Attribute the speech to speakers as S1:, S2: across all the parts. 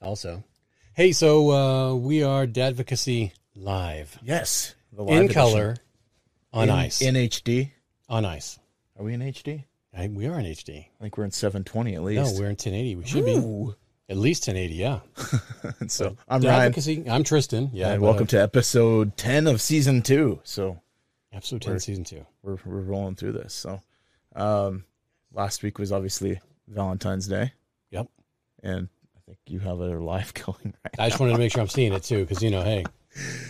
S1: Also, hey, so uh, we are Dadvocacy live
S2: Yes. The
S1: in
S2: live
S1: color on
S2: edition. in,
S1: ice.
S2: In HD.
S1: on ice.
S2: Are we in HD?
S1: I, we are in HD.
S2: I think we're in 720 at
S1: No,
S2: least.
S1: we're in 1080. We should
S2: Ooh.
S1: be at least 1080. Yeah.
S2: And so I'm Ryan.
S1: Dadvocacy. I'm Tristan. Yeah.
S2: and
S1: but,
S2: welcome
S1: uh,
S2: to episode 10 of season two. So
S1: episode 10, season two.
S2: we're, we're rolling through this. So um, last week was obviously Valentine's Day.
S1: Yep.
S2: And I think you have a live going right
S1: I just wanted to make sure I'm seeing it too, because you know, hey,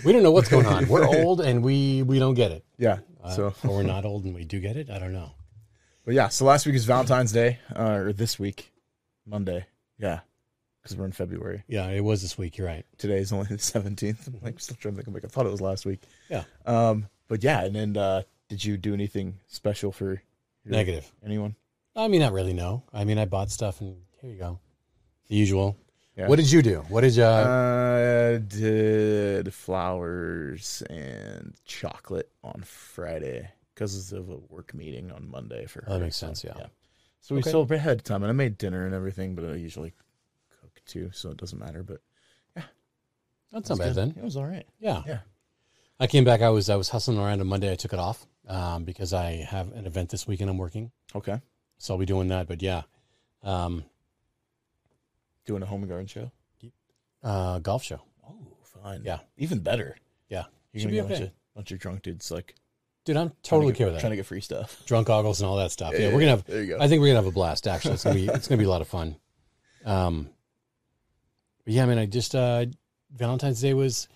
S1: we don't know what's going on. We're old and we we don't get it.
S2: Yeah.
S1: Uh,
S2: so,
S1: or we're not old and we do get it. I don't know.
S2: but yeah. So last week is Valentine's Day, uh, or this week, Monday. Yeah. Because we're in February.
S1: Yeah, it was this week. You're right.
S2: today is only the 17th. I'm like still trying to think. I'm like, I thought it was last week.
S1: Yeah.
S2: Um, but yeah, and then uh, did you do anything special for your-
S1: Negative.
S2: anyone?
S1: I mean, not really. No. I mean, I bought stuff and here you go, the usual.
S2: Yeah.
S1: What did you do? What did uh, you?
S2: I did flowers and chocolate on Friday because of a work meeting on Monday for her.
S1: that makes sense. Yeah.
S2: So we
S1: Okay.
S2: celebrate ahead of time, and I made dinner and everything, but I usually cook too, so it doesn't matter. But
S1: That's
S2: it was
S1: not bad
S2: good.
S1: then.
S2: It was all right.
S1: Yeah.
S2: Yeah.
S1: I came back. I was I was hustling around on Monday. I took it off um, because I have an event this weekend. I'm working,
S2: Okay.
S1: so I'll be doing that. But yeah, um,
S2: Doing a home and garden show.
S1: uh, golf show.
S2: Oh, fun.
S1: Yeah.
S2: Even better.
S1: Yeah.
S2: You're
S1: Should
S2: gonna
S1: be
S2: get a bunch
S1: okay.
S2: of, bunch of drunk dudes like
S1: Dude, I'm
S2: trying to
S1: totally
S2: get-
S1: okay with that.
S2: Trying to get free stuff.
S1: Drunk goggles and all that stuff. Yeah, we're gonna have.
S2: There you go.
S1: I think we're gonna have a blast. Actually, it's gonna be it's gonna be a lot of fun. Um, but yeah, I mean, I just uh, Valentine's Day was.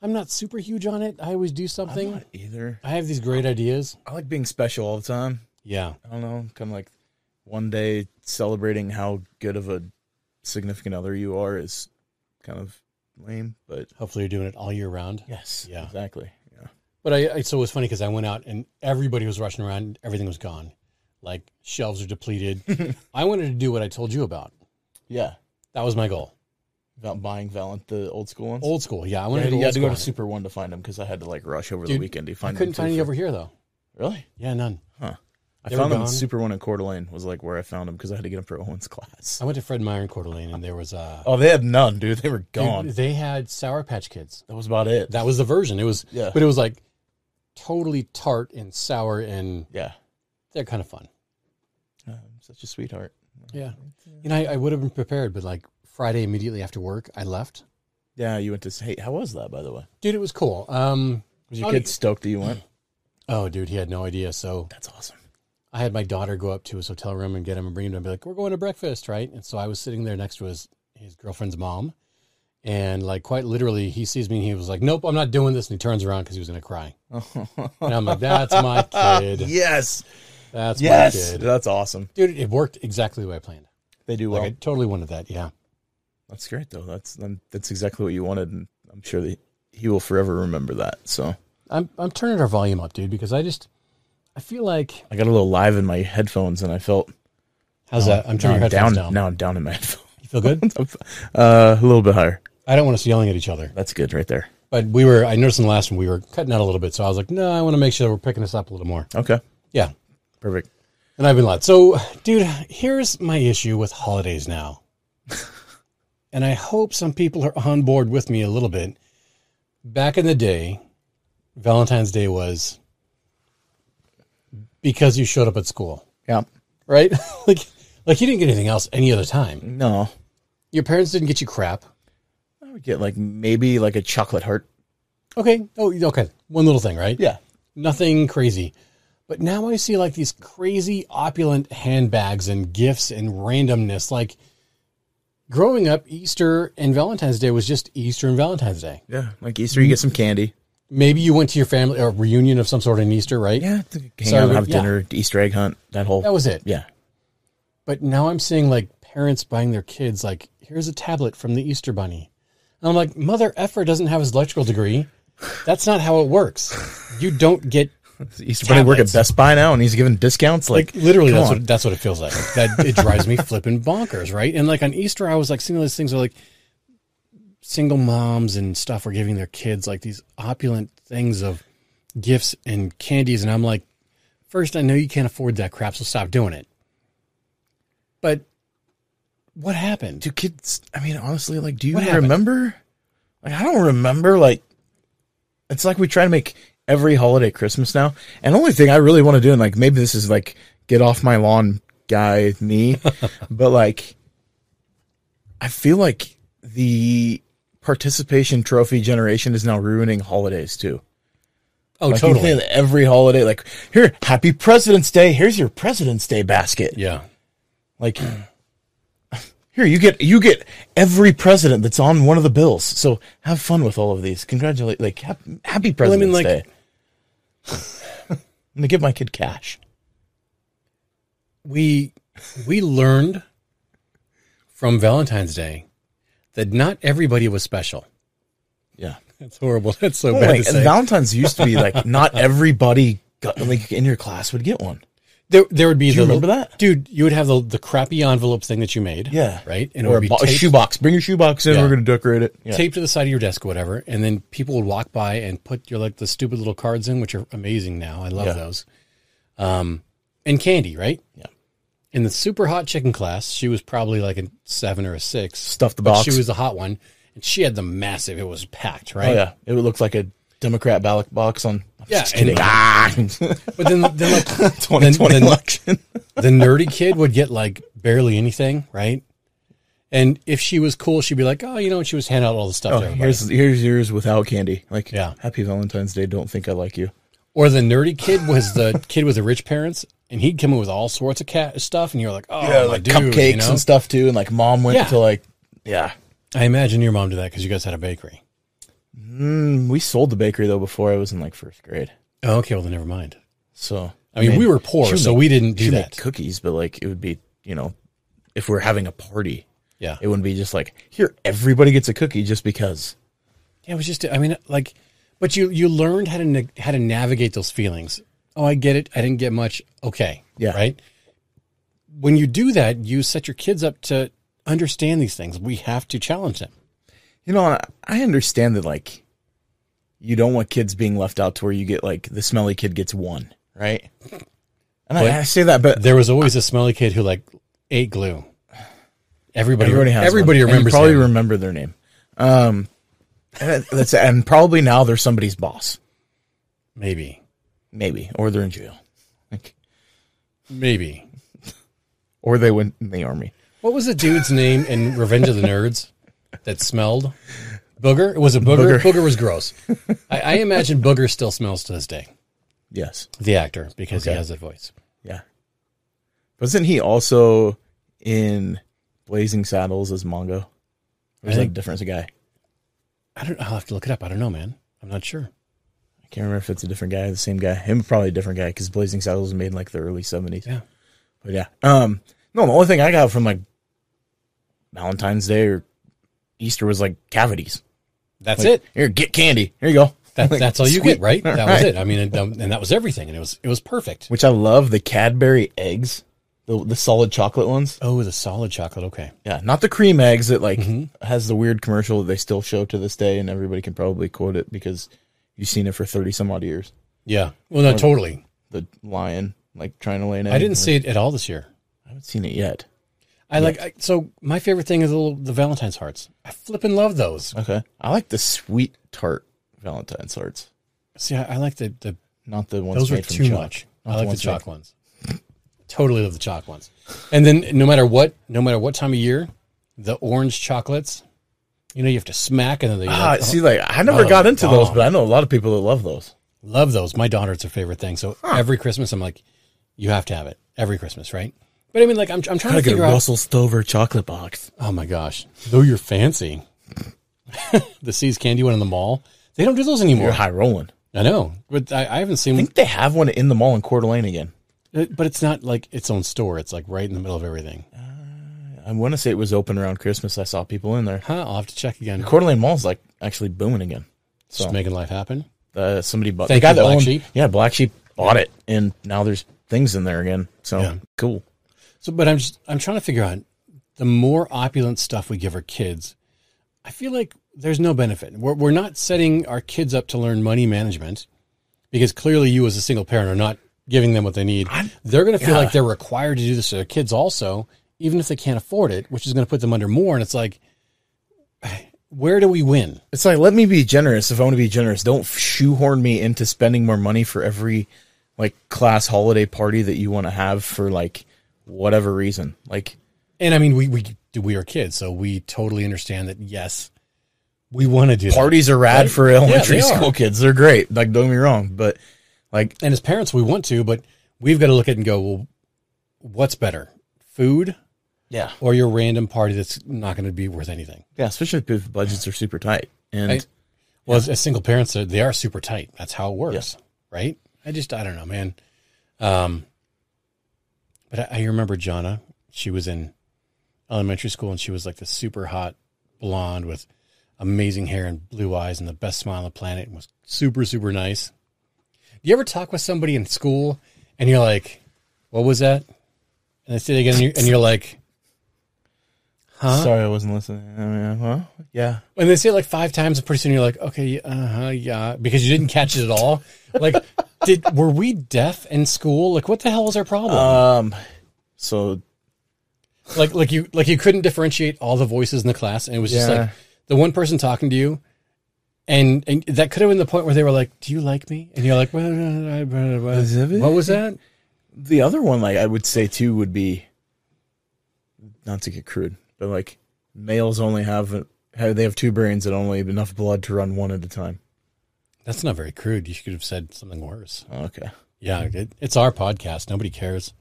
S1: I'm not super huge on it. I always do
S2: I'm
S1: something.
S2: not either.
S1: I have these great ideas.
S2: I like being special all the time.
S1: Yeah,
S2: I don't know, kind of like one day celebrating how good of a significant other you are is kind of lame, but
S1: hopefully you're doing it all year round.
S2: yes,
S1: Yeah.
S2: exactly. Yeah.
S1: But I, I so it was funny because I went out and everybody was rushing around. Everything was gone. Like shelves are depleted. I wanted to do what I told you about.
S2: Yeah.
S1: That was my goal.
S2: About buying Valent the old school ones.
S1: Old school. Yeah, I
S2: yeah,
S1: wanted
S2: you
S1: to,
S2: had
S1: old
S2: to go to
S1: school.
S2: Super One to find them because I had to like rush over the
S1: Dude,
S2: weekend to
S1: I
S2: find.
S1: couldn't
S2: them, too,
S1: find any
S2: for-
S1: over here though.
S2: Really?
S1: Yeah, none.
S2: I
S1: They were
S2: found them in
S1: gone.
S2: Super One in Coeur d'Alene was like where I found them because I had to get them for Owen's class.
S1: I went to Fred Meyer in Coeur d'Alene and there was uh,
S2: Oh, they had none, dude. They were gone.
S1: Dude, they had Sour Patch Kids.
S2: that was about it.
S1: That was the version. It was,
S2: yeah.
S1: but it was like totally tart and sour, and
S2: yeah.
S1: they're kind of fun.
S2: Uh, such a sweetheart.
S1: Yeah, you know, I, I would have been prepared, but like Friday immediately after work, I left.
S2: Yeah, you went to hey, how was that by the way?
S1: Dude, it was cool. Um,
S2: Was your
S1: Oh,
S2: kid
S1: yeah.
S2: stoked that you went?
S1: oh, dude, he had no idea. So
S2: That's awesome.
S1: I had my daughter go up to his hotel room and get him and bring him to him and be like, we're going to breakfast, right? And so I was sitting there next to his, his girlfriend's mom. And like quite literally, he sees me and he was like, nope, I'm not doing this. And he turns around because he was going to cry. And I'm like, that's my kid.
S2: yes.
S1: That's
S2: Yes.
S1: my kid.
S2: That's awesome.
S1: Dude, it worked exactly the way I planned.
S2: They do well.
S1: Like I totally wanted that. Yeah.
S2: That's great though. That's um, that's exactly what you wanted and I'm sure that he will forever remember that. So
S1: I'm, I'm turning our volume up, dude, because I just, I feel like,
S2: I got a little live in my headphones and I felt
S1: how's that? I'm turning your
S2: now I'm down,
S1: headphones down.
S2: now I'm down in my headphones.
S1: You feel good?
S2: uh, a little bit higher.
S1: I don't want us yelling at each other.
S2: That's good right there.
S1: But we were, I noticed in the last one, we were cutting out a little bit. So I was like, no, I want to make sure we're picking this up a little more.
S2: Okay.
S1: Yeah.
S2: Perfect.
S1: And I've been loud. So, dude, here's my issue with holidays now. and I hope some people are on board with me a little bit. Back in the day, Valentine's Day was because you showed up at school,
S2: Yeah.
S1: right? like like you didn't get anything else any other time.
S2: No.
S1: Your parents didn't get you crap.
S2: I would get like maybe like a chocolate heart.
S1: Okay. Oh, okay. One little thing, right?
S2: Yeah.
S1: Nothing crazy. But now I see like these crazy opulent handbags and gifts and randomness. Like growing up, Easter and Valentine's Day was just Easter and Valentine's Day.
S2: Yeah, like Easter, you get some candy.
S1: Maybe you went to your family or reunion of some sort on Easter, right?
S2: Yeah, to hang
S1: So,
S2: out, and
S1: yeah.
S2: have dinner, Easter egg hunt, that whole.
S1: That was it.
S2: yeah,
S1: But now I'm seeing like parents buying their kids like, here's a tablet from the Easter bunny. And I'm like, mother effer doesn't have his electrical degree. That's not how it works. You don't get
S2: Easter Bunny work at
S1: Tablets.
S2: Best Buy now, and he's giving discounts. Like,
S1: literally
S2: come
S1: that's
S2: on.
S1: what that's what it feels like that it drives me flipping bonkers right and like on easter i was like seeing all these things are like single moms and stuff were giving their kids like these opulent things of gifts and candies, and I'm like, first, I know you can't afford that crap, so stop doing it. But what happened?
S2: Do kids? I mean, honestly, like, do you
S1: What happened?
S2: remember? Like, I don't remember. Like, it's like we try to make every holiday Christmas now. And the only thing I really want to do, and like, maybe this is like, get off my lawn, guy, me, but like, I feel like the participation trophy generation is now ruining holidays too.
S1: Oh,
S2: Like, you
S1: totally.
S2: think that every holiday, like, here, happy President's Day. Here's your President's Day basket.
S1: Yeah.
S2: Like here you get you get every president that's on one of the bills. So have fun with all of these. Congratulate like hap- happy
S1: I mean,
S2: President's
S1: like-
S2: Day. I'm gonna give my kid cash.
S1: we we learned from Valentine's Day that not everybody was special.
S2: Yeah.
S1: That's horrible. That's so bad
S2: Like,
S1: to say.
S2: and Valentine's used to be like not everybody got, like in your class would get one.
S1: there, there would be
S2: Do
S1: the
S2: you remember that?
S1: dude. You would have the the crappy envelope thing that you made.
S2: Yeah.
S1: right. And
S2: or
S1: it
S2: a,
S1: would
S2: bo-
S1: be
S2: a
S1: taped,
S2: shoebox. Bring your shoebox in.
S1: Yeah.
S2: We're gonna decorate it. Yeah.
S1: taped to the side of your desk, or whatever. And then people would walk by and put your like the stupid little cards in, which are amazing now. I love
S2: Yeah.
S1: those. Um, and candy, right?
S2: Yeah.
S1: In the super hot chicken class, she was probably like a seven or a six.
S2: Stuff the
S1: But
S2: box.
S1: She was the hot one, and she had the massive. It was packed, right?
S2: oh yeah. It would look like a Democrat ballot box on. I'm
S1: Yeah,
S2: just
S1: and-
S2: kidding. Ah,
S1: But then, then like
S2: 2020
S1: then-
S2: election.
S1: the nerdy kid would get like barely anything, right? And if she was cool, she'd be like, "Oh, you know," and she was handing out all the stuff.
S2: Oh,
S1: to everybody.
S2: here's here's yours without candy. Like,
S1: Yeah.
S2: Happy Valentine's Day. Don't think I like you.
S1: Or the nerdy kid was the kid with the rich parents, and he'd come in with all sorts of cat stuff, and you're like, "Oh, my
S2: like
S1: dude,"
S2: cupcakes
S1: you know?
S2: and stuff too. And like, mom went
S1: Yeah.
S2: to like, yeah.
S1: I imagine your mom did that because you guys had a bakery.
S2: Mm, we sold the bakery though before I was in like first grade.
S1: Oh, okay, well then never mind.
S2: So
S1: I mean, we were poor,
S2: she'd
S1: so
S2: make-
S1: we didn't do
S2: she'd
S1: that.
S2: make cookies, but like it would be you know, if we're having a party,
S1: yeah,
S2: it wouldn't be just like here everybody gets a cookie just because.
S1: yeah, it was just. I mean, like, but you you learned how to na- how to navigate those feelings. Oh, I get it. I didn't get much. Okay,
S2: Yeah.
S1: right? When you do that, you set your kids up to understand these things. We have to challenge them.
S2: You know, I- I understand that like you don't want kids being left out to where you get like the smelly kid gets one, right? And
S1: But-
S2: I, I say that, but
S1: There was always a smelly kid who like ate glue. Everybody,
S2: Everybody has.
S1: everybody
S2: one. And you
S1: remembers.
S2: probably
S1: him.
S2: remember their name. Um, and that- that's and probably now they're somebody's boss,
S1: maybe,
S2: maybe, or they're in jail, like,
S1: maybe.
S2: or they went in the army.
S1: What was the dude's name in Revenge of the Nerds that smelled booger? It was a booger. Booger,
S2: Booger.
S1: was gross. I, I imagine booger still smells to this day.
S2: Yes,
S1: The actor because he
S2: Okay.
S1: has that voice.
S2: yeah. Wasn't he also in Blazing Saddles as Mongo? Or
S1: I
S2: is that a
S1: think-
S2: different guy?
S1: I don't. I'll have to look it up. I don't know, man. I'm not sure.
S2: I can't remember if it's a different guy, or the same guy. Him probably a different guy because Blazing Saddles was made in like the early seventies.
S1: Yeah.
S2: But yeah. Um no, the only thing I got from like Valentine's Day or Easter was like cavities.
S1: That's
S2: Like,
S1: it.
S2: Here, get candy. Here you go.
S1: That,
S2: Like,
S1: that's all you
S2: sweet.
S1: get, right?
S2: All
S1: that was
S2: right.
S1: it. I mean, and, um, and that was everything, and it was it was perfect.
S2: Which I love the Cadbury eggs, the the solid chocolate ones.
S1: Oh, the solid chocolate. Okay,
S2: Yeah, not the cream eggs that like
S1: Mm-hmm.
S2: has the weird commercial that they still show to this day, and everybody can probably quote it because you've seen it for thirty some odd years.
S1: yeah. Well, no, totally.
S2: The lion like trying to lay an egg.
S1: I didn't
S2: or-
S1: see it at all this year.
S2: I haven't seen it yet.
S1: I like I, so. My favorite thing is the, little, the Valentine's hearts. I flippin' love those.
S2: Okay. I like the sweet tart Valentine's hearts,
S1: See, I, I like the the
S2: not the ones
S1: Those were
S2: made from
S1: too
S2: choc.
S1: much.
S2: Not
S1: I like the
S2: ones made-
S1: chalk ones. Totally love the chalk ones. And then no matter what, no matter what time of year, the orange chocolates, you know, you have to smack and then they
S2: Ah,
S1: like, oh,
S2: see, like I never
S1: Oh,
S2: got into those,
S1: bomb.
S2: but I know a lot of people that love those.
S1: love those. My daughter, it's her favorite thing. So every Christmas, I'm like, you have to have it every Christmas, right? But I mean, like, I'm, I'm trying to figure out.
S2: Stover chocolate box.
S1: Oh my gosh, though you're fancy. the Seas Candy one in the mall. They don't do those anymore.
S2: You're high rolling.
S1: I know, but I, I haven't seen.
S2: I think they have one in the mall in Coeur d'Alene again.
S1: But it's not like its own store. It's like right in the middle of everything.
S2: I want to say it was open around Christmas. I saw people in there.
S1: Huh? I'll have to check again.
S2: Coeur d'Alene Mall's like actually booming again.
S1: Just making life happen.
S2: Uh, somebody bought
S1: Thank
S2: the guy
S1: you,
S2: that
S1: Black
S2: owned,
S1: Sheep.
S2: Yeah, Black Sheep bought it, and now there's things in there again. So
S1: Yeah.
S2: cool.
S1: So, but I'm just I'm trying to figure out the more opulent stuff we give our kids, I feel like there's no benefit. We're, we're not setting our kids up to learn money management because clearly you as a single parent are not giving them what they need.
S2: I'm-
S1: they're going to feel
S2: Yeah.
S1: like they're required to do this to their kids also, even if they can't afford it, which is going to put them under more. And it's like, where do we win?
S2: It's like let me be generous if I want to be generous. Don't shoehorn me into spending more money for every like class holiday party that you want to have for like whatever reason. Like
S1: And I mean, we, we, we are kids, so we totally understand that. Yes, we want to do that.
S2: parties are rad for elementary
S1: they are.
S2: school kids. They're great. Like don't get me wrong, but like
S1: and as parents we want to but we've got to look at it and go well what's better food
S2: yeah,
S1: or your random party that's not going to be worth anything
S2: yeah. Especially if budgets are super tight. And
S1: I- well as, as single parents they're- they are super tight that's how it works right i just i don't know man um but I, I remember jonna she was in elementary school and she was like the super hot blonde with amazing hair and blue eyes and the best smile on the planet and was super super nice do you ever talk with somebody in school and you're like what was that and they say it again and you're, and you're like huh
S2: sorry, I wasn't listening. I mean, uh, huh? Yeah,
S1: and they say it like five times, and pretty soon you're like, okay, uh huh, yeah, because you didn't catch it at all. Like, did were we deaf in school? Like, what the hell was our problem?
S2: Um, so
S1: like, like you like you couldn't differentiate all the voices in the class, and it was just
S2: Yeah.
S1: like the one person talking to you, and and that could have been the point where they were like, "Do you like me?" And you're like, "Well, I- "What was that?"
S2: the other one, like I would say too, would be not to get crude, but like males only have, have they have two brains that only have enough blood to run one at a time.
S1: That's not very crude. You should have said something worse.
S2: Okay,
S1: Yeah, it, it's our podcast. Nobody cares.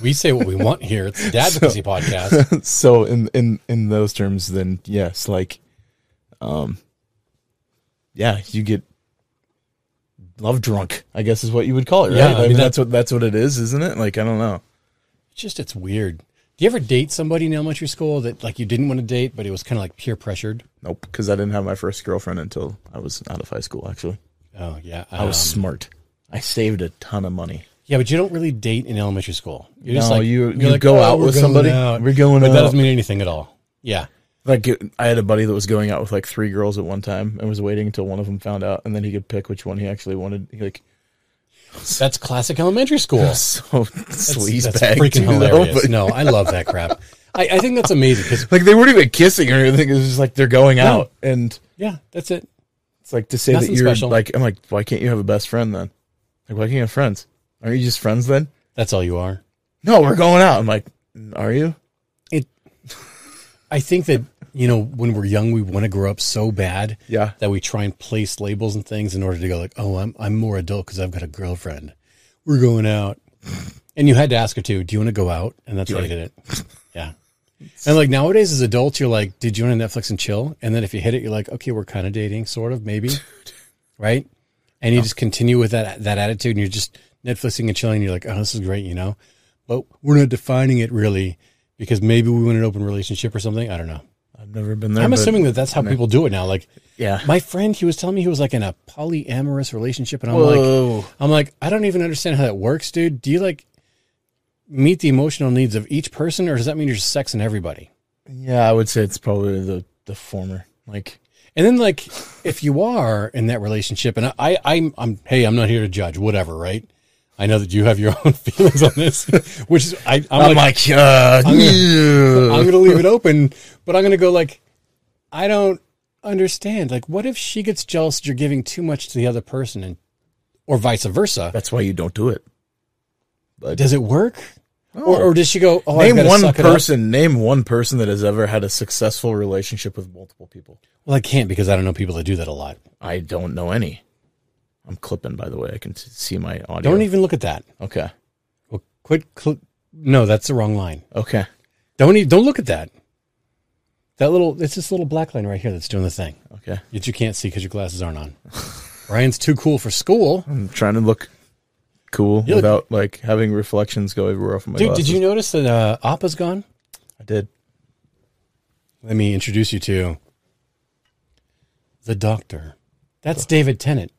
S1: We say what we want here. It's the advocacy podcast.
S2: so in in in those terms, then yes, like, um, yeah, you get love drunk. I guess is what you would call it, right?
S1: Yeah, I
S2: I,
S1: mean,
S2: mean,
S1: that-
S2: that's what that's what it is, isn't it? Like I don't know.
S1: It's just it's weird. Do you ever date somebody in elementary school that like you didn't want to date, but it was kind of like peer pressured?
S2: Nope, because I didn't have my first girlfriend until I was out of high school. Actually,
S1: Oh yeah,
S2: I was
S1: Um,
S2: smart. I saved a ton of money.
S1: yeah, but you don't really date in elementary school. You're
S2: No,
S1: you're
S2: you-
S1: "Oh,
S2: you go out
S1: we're
S2: with
S1: going
S2: somebody. We're going
S1: but that
S2: out.
S1: doesn't mean anything at all. Yeah,
S2: Like it- I had a buddy that was going out with like three girls at one time and was waiting until one of them found out, and then he could pick which one he actually wanted. He, like
S1: that's classic elementary school.
S2: so sleaze
S1: that's
S2: bag,
S1: freaking
S2: too, though,
S1: hilarious.
S2: but-
S1: no, I love that crap. I, I think that's amazing because
S2: like they weren't even kissing or anything. It was just like they're going
S1: No.
S2: out, and
S1: yeah, that's it.
S2: it's like to say
S1: Nothing
S2: that you're
S1: special.
S2: like I'm like, why can't you have a best friend then? Like why can't you have friends? Aren't you just friends then?
S1: That's all you are.
S2: No, we're going out. I'm like, are you?
S1: I think that you know when we're young, we want to grow up so bad.
S2: Yeah.
S1: that we try and place labels and things in order to go like, oh, I'm I'm more adult because I've got a girlfriend. We're going out, and you had to ask her too. Do you want to go out? And that's why I did it. Yeah. And like nowadays, as adults, you're like, did you want to Netflix and chill? And then if you hit it, you're like, okay, we're kind of dating, sort of, maybe, right? And you just continue with that that attitude, and you're just Netflixing and chilling. And you're like, oh, this is great, you know, but we're not defining it really because maybe we want an open relationship or something. I don't know.
S2: I've never been there.
S1: I'm
S2: but-
S1: assuming that that's how people do it now. Like,
S2: Yeah.
S1: my friend, he was telling me he was like in a polyamorous relationship, and I'm like,
S2: Whoa.
S1: I'm like, I don't even understand how that works, dude. Do you like meet the emotional needs of each person, or does that mean you're just sexing everybody?
S2: yeah, I would say it's probably the the former. Like
S1: And then like, if you are in that relationship, and I, I I'm, I'm, hey, I'm not here to judge, whatever, right? I know that you have your own feelings on this, which is I, I'm,
S2: I'm
S1: like,
S2: like, uh, ew.
S1: I'm gonna leave it open, but I'm gonna go like, I don't understand. Like, what if she gets jealous that you're giving too much to the other person, and or vice versa?
S2: that's why you don't do it.
S1: does it work? Or, or does she go, oh, I've
S2: Name
S1: gotta
S2: one
S1: suck it up?
S2: person. Name one person that has ever had a successful relationship with multiple people.
S1: Well, I can't because I don't know people that do that a lot.
S2: I don't know any. I'm clipping, by the way. I can t- see my audio.
S1: Don't even look at that.
S2: okay.
S1: Well, quit. Cl- no, that's the wrong line.
S2: Okay.
S1: Don't e don't look at that. That little, it's this little black line right here that's doing the thing
S2: Okay.
S1: that you can't see because your glasses aren't on. Ryan's too cool for school.
S2: I'm trying to look cool
S1: You look-
S2: without like having reflections go everywhere off of my
S1: Dude,
S2: glasses.
S1: did you notice that uh, Appa's gone?
S2: I did.
S1: Let me introduce you to the doctor. That's David Tennant.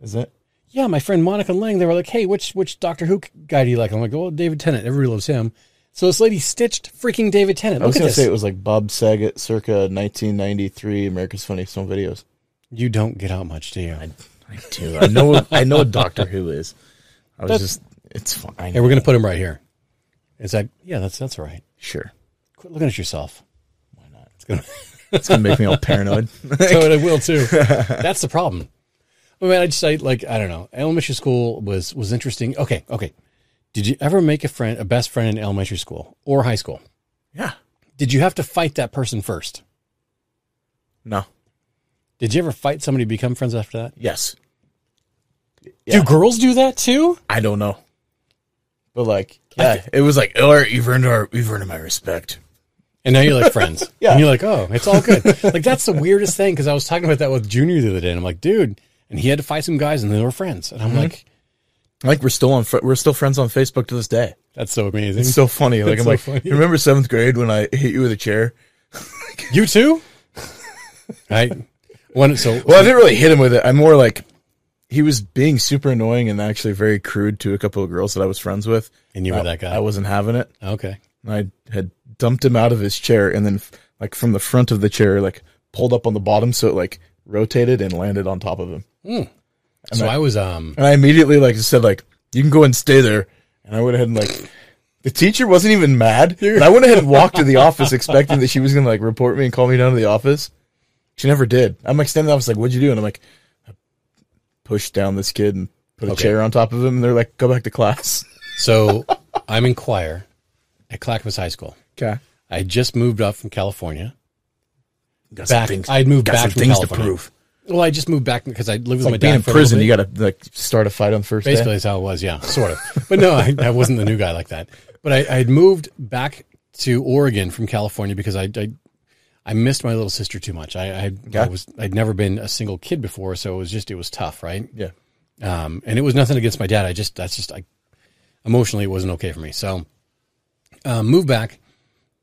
S2: Is it?
S1: yeah, my friend Monica Lang, they were like, hey, which which Doctor Who guy do you like? I'm like, well, David Tennant. Everybody loves him. So this lady stitched freaking David Tennant.
S2: I was
S1: Look at
S2: gonna
S1: this.
S2: say it was like Bob Saget circa 1993 America's Funniest Home Videos.
S1: you don't get out much, do you? And
S2: I do. I know. I know Doctor Who is. I was just. It's fine. I
S1: we're gonna put him right here. Is that yeah? That's that's all right.
S2: sure.
S1: Quit looking at yourself.
S2: Why not?
S1: It's gonna.
S2: It's gonna make me all paranoid.
S1: so it will too. That's the problem. I mean, I just I, like I don't know. Elementary school was was interesting. Okay, okay. Did you ever make a friend, a best friend in elementary school or high school?
S2: yeah.
S1: Did you have to fight that person first?
S2: No.
S1: Did you ever fight somebody to become friends after that?
S2: Yes.
S1: Do
S2: Yeah.
S1: girls do that too?
S2: I don't know. But like, yeah, it was like, all right, you've earned our, you've earned my respect.
S1: And now you're like friends.
S2: Yeah.
S1: And you're like, oh, it's all good. like that's the weirdest thing because I was talking about that with Junior the other day, and I'm like, dude, and he had to fight some guys, and they were friends, and I'm
S2: Mm-hmm.
S1: like,
S2: Like we're still on, fr- we're still friends on Facebook to this day.
S1: that's so amazing.
S2: It's so funny. Like
S1: It's
S2: I'm
S1: so
S2: like,
S1: funny.
S2: "You remember seventh grade when I hit you with a chair?
S1: you too. right. One. So
S2: Well, I didn't really hit him with it. I'm more like, he was being super annoying and actually very crude to a couple of girls that I was friends with.
S1: And you were that guy.
S2: I wasn't having it.
S1: okay.
S2: And I had dumped him out of his chair and then, f- like from the front of the chair, like pulled up on the bottom so it like rotated and landed on top of him.
S1: So I was um
S2: And I immediately like just said like, you can go and stay there. And I went ahead and like, the teacher wasn't even mad. And I went ahead and walked to the office expecting that she was going to like report me and call me down to the office. She never did. I'm like standing there. I was like, what'd you do? And I'm like, I pushed down this kid and put a
S1: Okay.
S2: chair on top of him. And they're like, go back to class.
S1: so I'm in choir at Clackamas High School.
S2: Okay.
S1: I had just moved up from California. Back, I'd moved back from California. Well, I just moved back because I lived with my
S2: Like being
S1: dad
S2: in
S1: for a
S2: prison,
S1: little
S2: you got to like start a fight on the first
S1: bit. Basically,
S2: day.
S1: that's how it was. Yeah, sort of. But no, I, I wasn't the new guy like that. But I, I had moved back to Oregon from California because I I, I missed my little sister too much. I I, I was I'd never been a single kid before, so it was just it was tough, right?
S2: Yeah.
S1: um, and it was nothing against my dad. I just that's just I emotionally it wasn't okay for me. So um, moved back,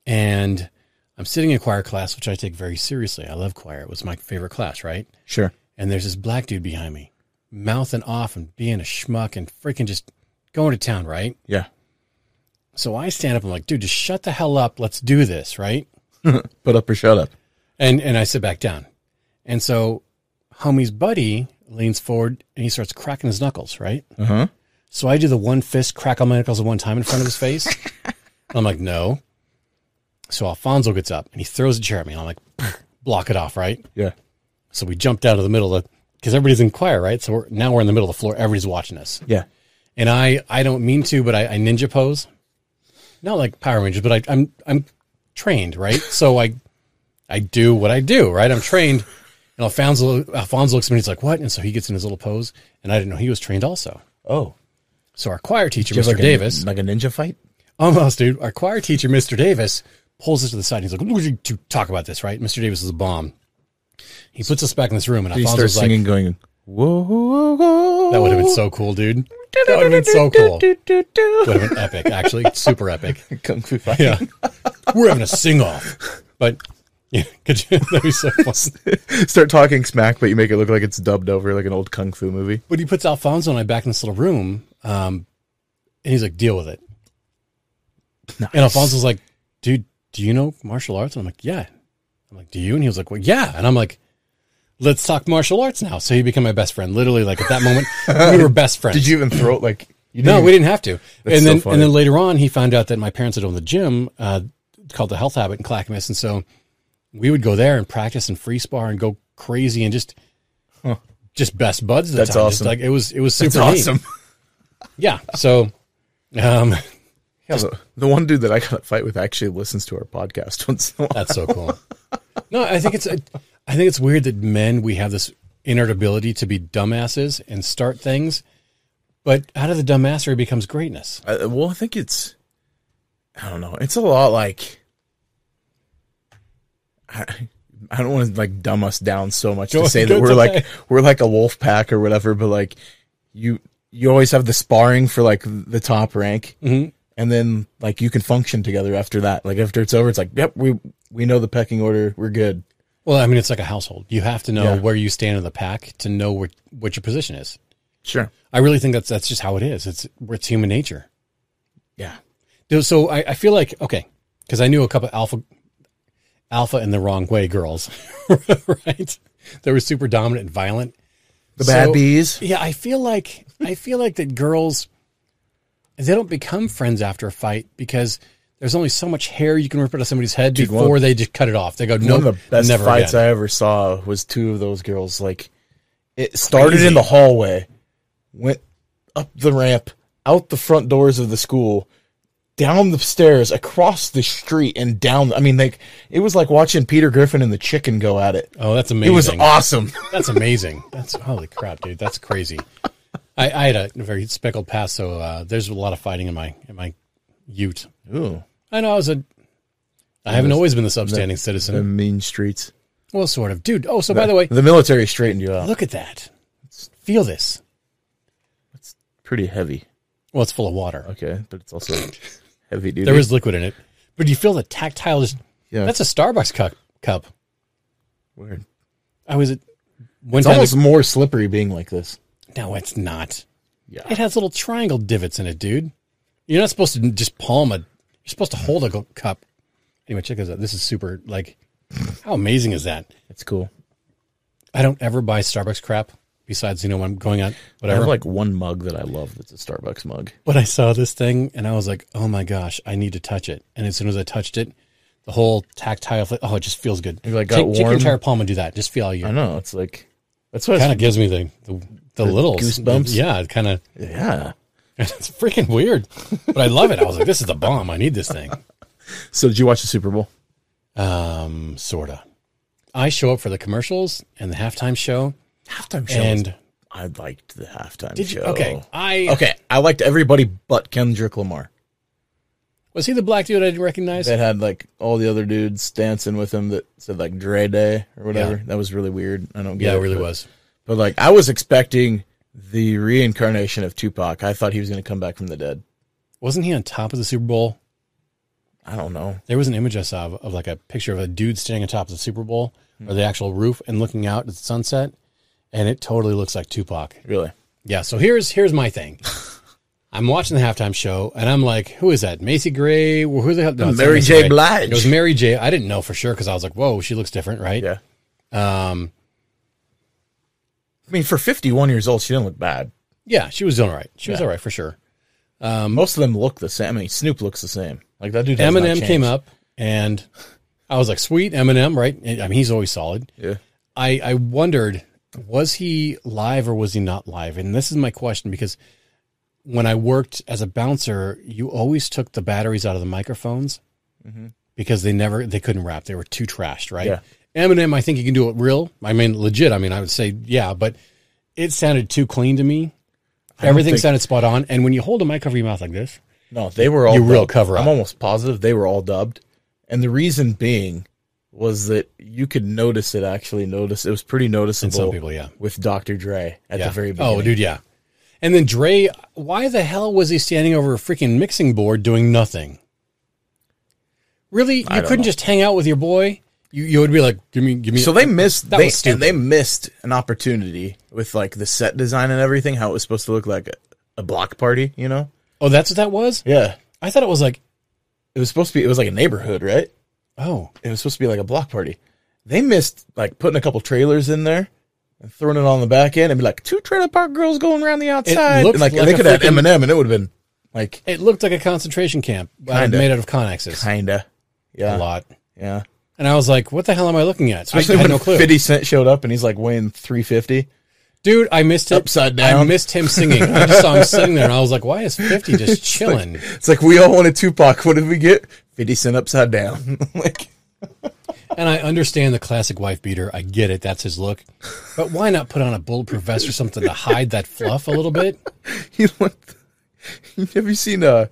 S1: and I'm sitting in choir class, which I take very seriously. I love choir; it was my favorite class, right?
S2: Sure.
S1: And there's this black dude behind me, mouthing off and being a schmuck and freaking just going to town, right?
S2: Yeah.
S1: So I stand up. I'm like, dude, just shut the hell up. Let's do this, right?
S2: Put up or shut up.
S1: And and I sit back down. And so homie's buddy leans forward and he starts cracking his knuckles, right?
S2: Uh-huh.
S1: So I do the one fist crack on my knuckles at one time in front of his face. I'm like, no. So Alfonso gets up and he throws a chair at me. And I'm like, block it off, right?
S2: Yeah.
S1: So we jump down to the middle of the, because everybody's in choir, right? So we're, now we're in the middle of the floor. Everybody's watching us.
S2: Yeah.
S1: And I, I don't mean to, but I, I ninja pose. Not like Power Rangers, but I, I'm, I'm trained, right? So I, I do what I do, right? I'm trained. And Alfonso, Alfonso looks at me and he's like, what? And so he gets in his little pose. And I didn't know he was trained also.
S2: Oh.
S1: So our choir teacher,
S2: Just
S1: Mr.
S2: like a-
S1: Davis,
S2: like a ninja fight?
S1: almost, dude. Our choir teacher, Mr. Davis, pulls us to the side. He's like, "What you to talk about this, right?" Mr. Davis is a bomb. He puts us back in this room, and
S2: He
S1: Alfonso's
S2: starts
S1: like,
S2: singing, going, whoa, whoa, whoa.
S1: "That would have been so cool, dude. That would have been so cool.
S2: cool.
S1: Would have been epic, actually, super epic.
S2: Kung Fu fight.
S1: Yeah, we're having a sing off, but yeah, could you? That'd be so fun.
S2: Start talking smack, but you make it look like it's dubbed over like an old Kung Fu movie.
S1: But he puts Alfonso and I back in this little room, um, and he's like, "Deal with it." And Alfonso's like, "Dude, do you know martial arts?" And I'm like, "Yeah." I'm like, "Do you?" And he was like, "Well, yeah." And I'm like, "Let's talk martial arts now." So he became my best friend. Literally, like at that moment, we were best friends.
S2: Did you even throw it like, you
S1: No,
S2: didn't
S1: we didn't have to. and
S2: so
S1: then
S2: funny.
S1: and then later on, he found out that my parents had owned the gym uh, called the Health Habit in Clackamas, and so we would go there and practice and free spar and go crazy and just just best buds. At the
S2: That's
S1: time. Just
S2: awesome.
S1: like it was, it was super
S2: It's
S1: neat.
S2: awesome.
S1: Yeah. So, um,
S2: Yeah, the, the one dude that I got to fight with actually listens to our podcast once in a while.
S1: that's so cool. No, I think it's, I think it's weird that men we have this innate ability to be dumbasses and start things, but out of the dumbassery becomes greatness.
S2: I, well, I think it's, I don't know. It's a lot like, I, I don't want to like dumb us down so much
S1: No,
S2: to say that
S1: it's
S2: we're
S1: okay.
S2: like we're like a wolf pack or whatever, but like you you always have the sparring for like the top rank, mm-hmm. and then like you can function together after that. Like after it's over, it's like yep, we we know the pecking order, we're good.
S1: Well, I mean, it's like a household. You have to know
S2: Yeah.
S1: where you stand in the pack to know where, what your position is.
S2: Sure,
S1: I really think that's, that's just how it is. It's, it's human nature.
S2: yeah.
S1: Dude, So I, I feel like okay, because I knew a couple alpha, alpha in the wrong way girls, right? They were super dominant and violent.
S2: The bad
S1: So-
S2: bees.
S1: Yeah, I feel like I feel like that girls they don't become friends after a fight because there's only so much hair you can rip out of somebody's head
S2: one-
S1: before they just cut it off. They go, no,
S2: One of the best
S1: never
S2: fights
S1: again.
S2: I ever saw was two of those girls. Like it started
S1: Crazy.
S2: in the hallway, went up the ramp, out the front doors of the school, down the stairs, across the street, and down. I mean, like it was like watching Peter Griffin and the chicken go at it.
S1: Oh, that's
S2: It
S1: amazing.
S2: was awesome.
S1: That's amazing. That's holy crap, dude. That's crazy. I, I had a very speckled past, so uh, there's a lot of fighting in my in my Ute.
S2: Ooh,
S1: I know I was a. I haven't always been this upstanding
S2: the
S1: citizen.
S2: mean streets.
S1: Well, sort of, dude. Oh, so by the way,
S2: the military straightened you out.
S1: look at that. Feel this.
S2: Pretty heavy.
S1: Well, it's full of water.
S2: Okay, but it's also heavy duty.
S1: There is liquid in it, but do you feel the tactile? Just,
S2: Yeah.
S1: That's a Starbucks cup. Cup.
S2: weird.
S1: I was at one
S2: It's
S1: time.
S2: almost more slippery being like this.
S1: no, it's not.
S2: Yeah.
S1: It has little triangle divots in it, dude. You're not supposed to just palm a. You're supposed to hold a gu- cup. Anyway, check this out. This is super. Like, how amazing is that?
S2: It's cool.
S1: I don't ever buy Starbucks crap. Besides, you know, when I'm going out,
S2: I
S1: whatever.
S2: have like one mug that I love that's a Starbucks mug.
S1: but I saw this thing and I was like, oh my gosh, I need to touch it. And as soon as I touched it, the whole tactile. fl- Oh, it just feels good.
S2: You, like, got
S1: take, take your
S2: warm?
S1: entire palm and do that. Just feel all
S2: I
S1: your.
S2: know. It's like that's what
S1: Kind of gives me the the, the, little
S2: goosebumps?
S1: Yeah, it kind of.
S2: it's, yeah.
S1: It's freaking weird, but I love it. I was like, this is the bomb. I need this thing.
S2: So did you watch the Super Bowl?
S1: Um, sorta. I show up for the commercials and the halftime show,
S2: Halftime
S1: and
S2: I liked the halftime
S1: did you?
S2: show.
S1: Okay, I
S2: Okay. I liked everybody but Kendrick Lamar.
S1: was he the black dude I didn't recognize.
S2: That had like all the other dudes dancing with him that said like Dre Day or whatever. That was really weird. I don't get
S1: yeah,
S2: it.
S1: it really
S2: but-
S1: was.
S2: But like I was expecting the reincarnation of Tupac. I thought he was gonna come back from the dead.
S1: Wasn't he on top of the Super Bowl?
S2: I don't know.
S1: There was an image I saw of, of like a picture of a dude standing on top of the Super Bowl or the actual roof and looking out at the sunset, and it totally looks like Tupac.
S2: Really.
S1: Yeah, so here's here's my thing. I'm watching the halftime show and I'm like, who is that? Macy Gray? Well, who the hell? no, it's not
S2: Mary
S1: Macy
S2: J.
S1: Gray.
S2: Blige.
S1: It was Mary J. I didn't know for sure because I was like, whoa, she looks different, right?
S2: Yeah.
S1: Um,
S2: I mean, for 51 years old, she didn't look bad.
S1: yeah, she was doing all right. She was all right for sure.
S2: Most of them look the same. I mean, Snoop looks the same. Like that dude. has not
S1: Eminem
S2: changed.
S1: came up and I was like, sweet Eminem, right? I mean, he's always solid.
S2: Yeah.
S1: I, I wondered, was he live or was he not live? And this is my question because when I worked as a bouncer, you always took the batteries out of the microphones because they never they couldn't rap. They were too trashed, right?
S2: Mm-hmm. Yeah.
S1: Eminem, I think you can do it real. I mean, legit. I mean, I would say yeah, but it sounded too clean to me.
S2: don't
S1: Everything
S2: think-
S1: sounded spot on. And when you hold a mic over your mouth like this,
S2: No, they were all.
S1: You real
S2: dubbed.
S1: cover up.
S2: I'm almost positive they were all dubbed, and the reason being was that you could notice it. Actually, notice it was pretty noticeable.
S1: some people, yeah.
S2: With Dr. Dre at
S1: yeah.
S2: the very beginning.
S1: oh, dude, yeah. And then Dre, why the hell was he standing over a freaking mixing board doing nothing? Really, you
S2: I don't
S1: couldn't
S2: know.
S1: just hang out with your boy. You you would be like, give me, give me.
S2: So they missed
S1: That
S2: they,
S1: was stupid.
S2: and they missed an opportunity with like the set design and everything, how it was supposed to look like a, a block party, you know?
S1: oh, that's what that was.
S2: Yeah.
S1: I thought it was like,
S2: It was supposed to be it was like a neighborhood, right?
S1: oh,
S2: it was supposed to be like a block party. They missed like putting a couple trailers in there and throwing it on the back end and be like two trailer park girls going around the outside.
S1: looked
S2: And, like,
S1: like
S2: they
S1: a
S2: could have
S1: freaking-
S2: Eminem and it would have been like
S1: it looked like a concentration camp uh,
S2: Kinda.
S1: made out of Conexes.
S2: kinda. Yeah.
S1: a lot.
S2: Yeah.
S1: And I was like, what the hell am I looking at?
S2: Especially
S1: I had
S2: when
S1: no clue.
S2: Fifty Cent showed up and he's like weighing three fifty.
S1: Dude, I missed it.
S2: Upside down.
S1: I missed him singing. I just saw him sitting there and I was like, why is 50 just chilling?
S2: It's like we all wanted Tupac. What did we get? Fifty Cent upside down. like
S1: and I understand the classic wife beater. I get it. That's his look. But why not put on a bulletproof vest or something to hide that fluff a little bit?
S2: he looked have you seen uh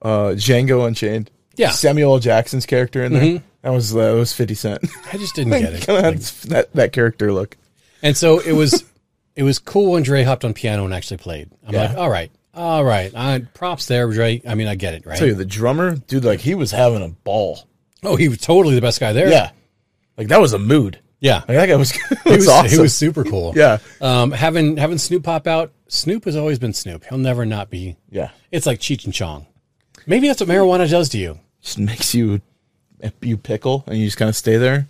S2: uh Django Unchained?
S1: Yeah. Mm-hmm.
S2: Samuel L. Jackson's character in there. That was uh, that was fifty cent.
S1: I just didn't get it.
S2: Kinda had that that character look.
S1: And so it was it was cool when Dre hopped on piano and actually played. I'm
S2: Yeah.
S1: like, all right. All right. I, props there, Dre. I mean, I get it, right?
S2: tell you, the drummer, dude, like he was having a ball.
S1: Oh, he was totally the best guy there.
S2: Yeah, like that was a mood.
S1: Yeah.
S2: Like that guy was,
S1: He
S2: was,
S1: was,
S2: awesome.
S1: he was super cool.
S2: yeah,
S1: Um, having having Snoop pop out, Snoop has always been Snoop. He'll never not be.
S2: yeah.
S1: It's like Cheech and Chong. Maybe that's what marijuana does to you.
S2: Just makes you you pickle and you just kind of stay there.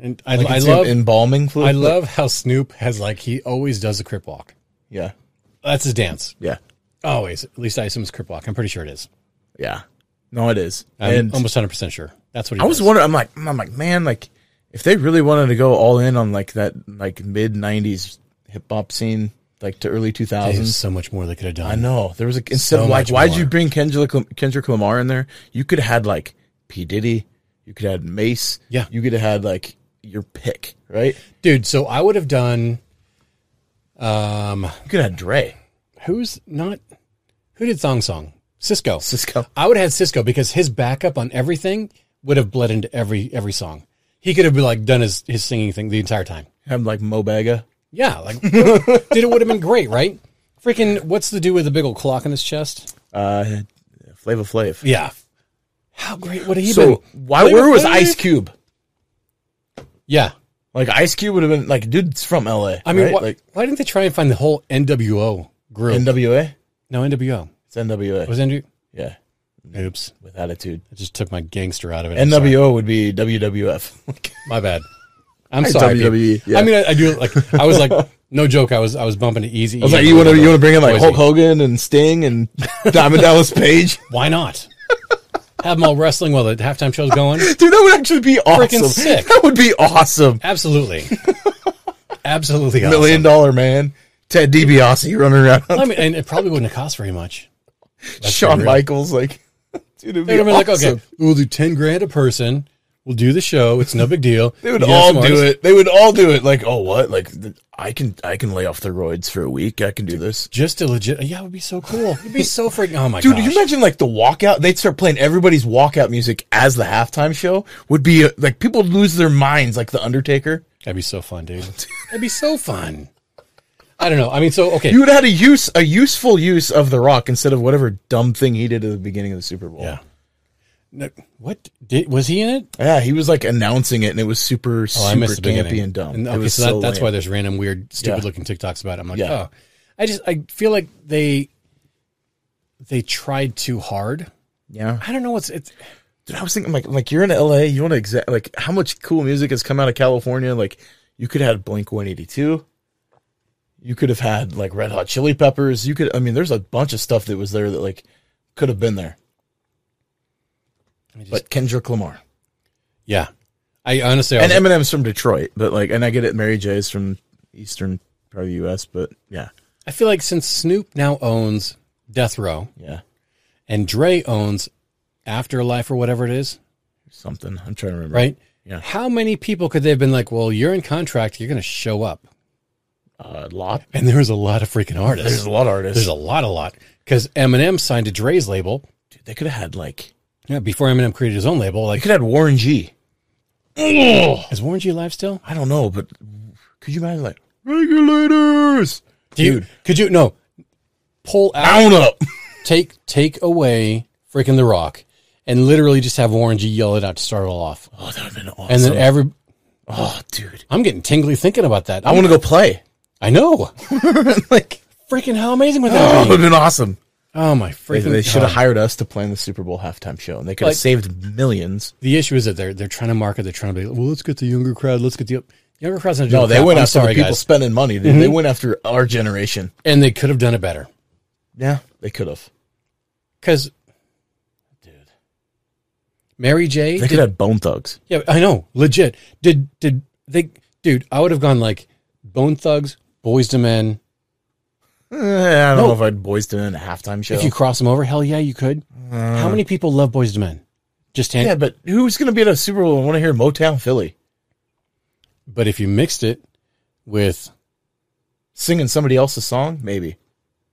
S1: And I,
S2: Like
S1: I
S2: it's
S1: love,
S2: embalming fluid.
S1: I love how Snoop has like he always does a crip walk.
S2: Yeah,
S1: That's his dance.
S2: yeah,
S1: Always. At least I assume it's crip walk. I'm pretty sure it is.
S2: yeah. No, it is.
S1: I'm
S2: and
S1: almost 100 percent sure. That's what he
S2: I was
S1: does.
S2: wondering. I'm like, I'm like, man, like if they really wanted to go all in on like that, like mid '90s hip hop scene, like to early
S1: There's
S2: 2000s.
S1: so much more they could have done.
S2: I know there was a instead
S1: So
S2: of like,
S1: much
S2: why'd
S1: more.
S2: you bring Kendrick Lam- Kendrick Lamar in there? You could have had like P Diddy. You could have had Mace.
S1: Yeah.
S2: You could have had like your pick, right?
S1: dude. So I would have done. Um,
S2: You could have had Dre,
S1: who's not? Who did Thong Song? Cisco.
S2: Cisco.
S1: I would have had Cisco because his backup on everything would have bled into every every song. He could have been like done his his singing thing the entire time.
S2: Have like Mo Baga.
S1: Yeah, like dude, it would have been great, right? Freaking, what's the dude with the big old clock in his chest?
S2: Uh, Flava Flav.
S1: Yeah, how great would he
S2: So
S1: been?
S2: why?
S1: Flavor
S2: Where was
S1: Flav?
S2: Ice Cube?
S1: Yeah,
S2: Like Ice Cube would have been like, dude's from L.A.
S1: I mean,
S2: right?
S1: why,
S2: like
S1: why didn't they try and find the whole NWO group?
S2: N.W.A.
S1: no, NWO
S2: It's N.W.A.
S1: was NW.
S2: yeah,
S1: Oops,
S2: with attitude.
S1: I just took my gangster out of it. I'm sorry.
S2: NWO would be WWF.
S1: My bad. I'm
S2: Hey,
S1: sorry. people.
S2: WWE, yeah.
S1: I mean, I, I do like. I was like, no joke. I was I was bumping to easy.
S2: I was like, you want to you want to bring in like Hulk Hogan and Sting and Diamond Dallas Page,
S1: Why not? Have them all wrestling while the halftime show's going.
S2: dude? That would actually be awesome.
S1: sick.
S2: That would be awesome.
S1: Absolutely, absolutely. awesome.
S2: Million Dollar Man, Ted DiBiase running around,
S1: I mean, and it probably wouldn't have cost very much.
S2: Shawn Michaels, like, dude, it'd be
S1: They'd have been like,
S2: awesome.
S1: okay, we'll do ten grand a person. We'll do the show. It's no big deal.
S2: They would all do it. They would all do it. Like, oh, what? Like, th- I can I can lay off the roids for a week. I can do this.
S1: Just to legit. Yeah, it would be so cool. It'd be so freaking. Oh my
S2: Dude,
S1: gosh.
S2: you imagine like the walkout? They'd start playing everybody's walkout music as the halftime show would be uh, like people would lose their minds, like the Undertaker.
S1: That'd be so fun, dude. That'd be so fun. I don't know. I mean, so okay.
S2: You would have had a use a useful use of the Rock instead of whatever dumb thing he did at the beginning of the Super Bowl.
S1: yeah. No, what did was he in it?
S2: Yeah, he was like announcing it, and it was super
S1: Oh, I
S2: super
S1: missed the beginning.
S2: campy and dumb.
S1: And,
S2: It
S1: okay,
S2: was
S1: so that,
S2: so
S1: that's
S2: lame.
S1: why there's random weird, stupid
S2: Yeah.
S1: looking TikToks about it. I'm like,
S2: Yeah.
S1: oh, I just I feel like they they tried too hard.
S2: Yeah,
S1: I don't know what's it's.
S2: Dude, I was thinking like like you're in LA, you want to exact like how much cool music has come out of California? Like you could have had Blink 182. You could have had like Red Hot Chili Peppers. You could I mean there's a bunch of stuff that was there that like could have been there.
S1: I just-
S2: But Kendrick Lamar.
S1: yeah, I honestly I
S2: And
S1: was,
S2: Eminem's from Detroit, but like and I get it Mary J's from eastern part of the US, but yeah.
S1: I feel like since Snoop now owns Death Row
S2: Yeah.
S1: and Dre owns Afterlife or whatever it is,
S2: Something. I'm trying to remember.
S1: right?
S2: Yeah.
S1: How many people could they have been like, well, you're in contract, you're going to show up?
S2: Uh, a lot.
S1: And there was a lot of freaking artists.
S2: There's a lot of artists.
S1: There's a lot, a lot. Because Eminem signed to Dre's label
S2: Dude, they could have had like
S1: yeah, before Eminem created his own label.
S2: they
S1: Like,
S2: could have had Warren G.
S1: is Warren G live still?
S2: I don't know, but could you imagine like regulators?
S1: Dude, could you no pull out,
S2: Down up.
S1: take take away freaking The Rock, and literally just have Warren G yell it out to start it all off,
S2: Oh, that would have been awesome.
S1: and then every
S2: oh, dude,
S1: I'm getting tingly thinking about that.
S2: I
S1: I
S2: want to go play.
S1: I know,
S2: like,
S1: freaking how amazing would
S2: oh,
S1: that
S2: it
S1: be?
S2: would have been awesome.
S1: Oh my
S2: They,
S1: freaking!
S2: should have
S1: God.
S2: hired us to play in the Super Bowl halftime show, and they could have
S1: Like-
S2: saved millions.
S1: The issue is that they're they're trying to market. They're trying to be like, well, let's get the younger crowd. Let's get the younger crowd's not doing.
S2: No, they
S1: crap.
S2: went
S1: I'm
S2: after the
S1: sorry,
S2: people
S1: guys,
S2: spending money. They, they went after our generation.
S1: and they could have done it better
S2: Yeah, they could have.
S1: because
S2: Dude,
S1: Mary J.
S2: they
S1: did-
S2: could have Bone Thugs.
S1: Yeah, I know. Legit. Did did they dude, I would have gone like Bone Thugs, Boys to Men.
S2: Eh, I don't know if I'd boys to men in a halftime show.
S1: If you cross them over, hell yeah, you could. How many people love Boys to Men? Just hand
S2: yeah, but who's going to be at a Super Bowl and want to hear Motown Philly
S1: but if you mixed it with
S2: singing somebody else's song? Maybe.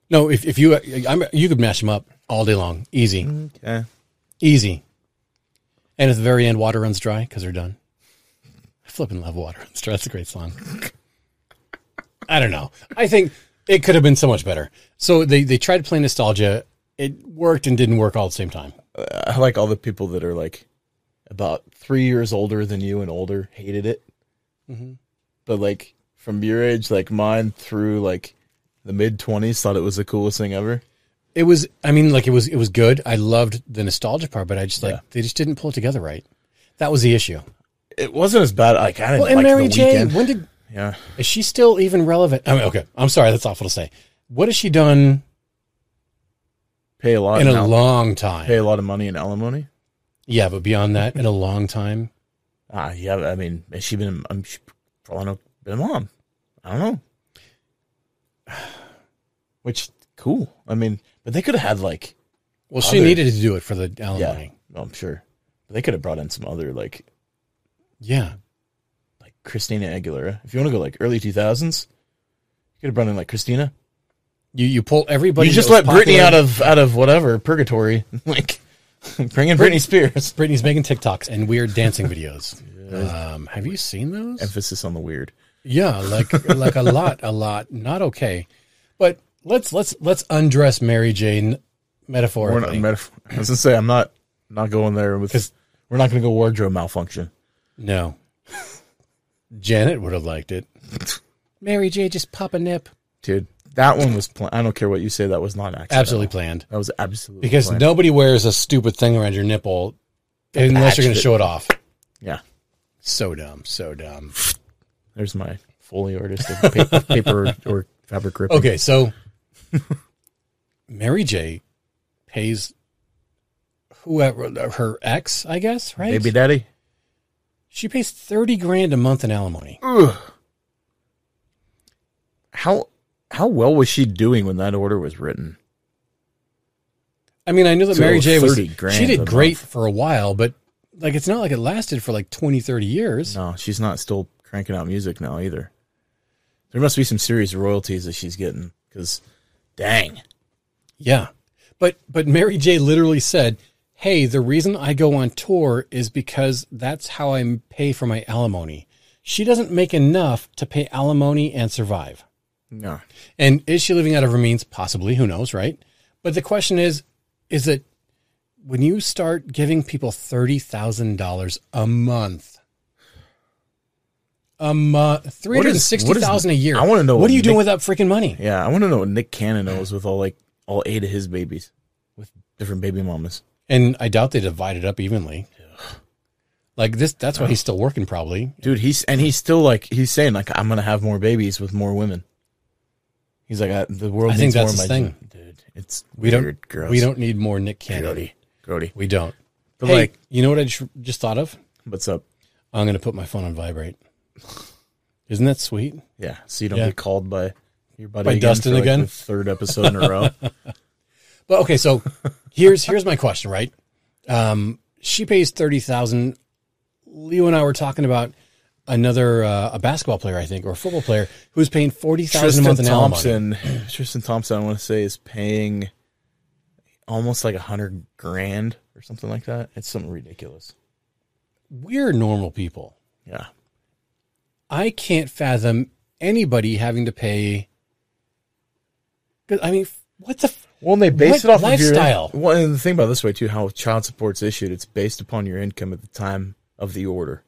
S1: no, if, if you I'm, you could mash them up all day long, easy,
S2: Okay.
S1: easy, and at the very end, water runs dry because they're done. I flipping love water runs dry. That's a great song. I don't know. I think it could have been so much better. So they they tried to play nostalgia. It worked and didn't work all at the same time.
S2: I like all the people that are like about three years older than you and older hated it.
S1: Mm-hmm.
S2: But like from your age, like mine through like the mid 20s, thought it was the coolest thing ever.
S1: it was i mean like it was it was good i loved the nostalgia part but i just like
S2: Yeah.
S1: they just didn't pull it together right that was the issue
S2: It wasn't as bad. Like I didn't
S1: well and
S2: like
S1: mary
S2: the
S1: j
S2: weekend.
S1: when did
S2: Yeah,
S1: is she still even relevant i mean okay i'm sorry that's awful to say what has she done
S2: pay a lot.
S1: in
S2: In
S1: a
S2: al-
S1: long time
S2: pay a lot of money in alimony.
S1: yeah but beyond that in a long time
S2: Ah, yeah. I mean, has she been? I'm she probably not been a mom. I don't know. Which cool. I mean, but they could have had like.
S1: well she
S2: Other-
S1: needed to do it for the alimony
S2: Yeah, I'm sure. But they could have brought in some other like
S1: yeah,
S2: like Christina Aguilera. If you want to go like early 2000s, you could have brought in like Christina.
S1: you you pull everybody
S2: you just
S1: that was
S2: let Britney
S1: popular-
S2: out of out of whatever purgatory, like bring in Britney Spears.
S1: Britney's making TikToks and weird dancing videos. um, have you seen those?
S2: Emphasis on the weird.
S1: Yeah, like like a lot, a lot. Not okay. But let's let's let's undress Mary Jane
S2: We're not
S1: metaphorically.
S2: metaphor. I was gonna say I'm not not going there with.
S1: 'Cause-
S2: We're not gonna go wardrobe malfunction.
S1: no. Janet would have liked it. Mary J just pop a nip.
S2: dude. That one was. Pl- I don't care what you say. That was not an accident.
S1: Absolutely planned.
S2: That was absolutely
S1: Because
S2: planned.
S1: nobody wears a stupid thing around your nipple unless you're
S2: patch
S1: going to
S2: that-
S1: show it off.
S2: Yeah,
S1: So dumb, so dumb.
S2: there's my foley artist of paper, paper or fabric ripping.
S1: Okay, so Mary J pays whoever her ex, I guess, right?
S2: baby daddy.
S1: She pays 30 grand a month in alimony.
S2: Ugh. How how well was she doing when that order was written?
S1: I mean, I knew that
S2: So
S1: Mary J was
S2: 30 grand
S1: she
S2: a
S1: did
S2: month.
S1: great for a while, but like it's not like it lasted for like 20, 30 years.
S2: No, she's not still cranking out music now either. There must be some serious royalties that she's getting because, dang,
S1: Yeah. But but Mary J literally said, "Hey, the reason I go on tour is because that's how I pay for my alimony." She doesn't make enough to pay alimony and survive.
S2: no,
S1: And is she living out of her means? Possibly. Who knows, right? But the question is, is that when you start giving people thirty thousand dollars a month, a month, three
S2: What
S1: hundred
S2: is-
S1: sixty thousand a year.
S2: I wanna know
S1: what
S2: what
S1: are you doing with
S2: Nick-
S1: that freaking money?
S2: yeah. I want to know what Nick Cannon knows with all like all eight of his babies with different baby mamas.
S1: And I doubt they divide it up evenly. Like this, that's why he's still working, probably.
S2: dude he's and he's still like he's saying like i'm gonna have more babies with more women he's like I, the world
S1: I think
S2: needs
S1: that's his
S2: more of my
S1: thing.
S2: gen- dude it's
S1: We don't.
S2: weird, gross
S1: We don't need more Nick Cannon.
S2: grody grody
S1: We don't.
S2: but
S1: hey,
S2: like
S1: you know what I just, just thought of?
S2: what's up
S1: I'm going to put my phone on vibrate. Isn't that sweet?
S2: yeah so you don't
S1: Yeah.
S2: get called by your buddy
S1: By
S2: again
S1: Dustin
S2: for, like,
S1: again?
S2: the third episode in a row
S1: But okay, so here's here's my question, right? Um, she pays thirty thousand. Leo and I were talking about another uh, a basketball player, I think, or a football player who's paying forty thousand a
S2: tristan
S1: month in alimony.
S2: thompson tristan thompson i want to say is paying almost like a hundred grand or something like that it's something ridiculous
S1: We're normal people.
S2: yeah
S1: I can't fathom anybody having to pay. 'cause, I mean, what the? F-
S2: Well, and they base
S1: What
S2: it off
S1: lifestyle?
S2: Of your, well, and the thing about it this way too, how child support's issued, it's based upon your income at the time of the order,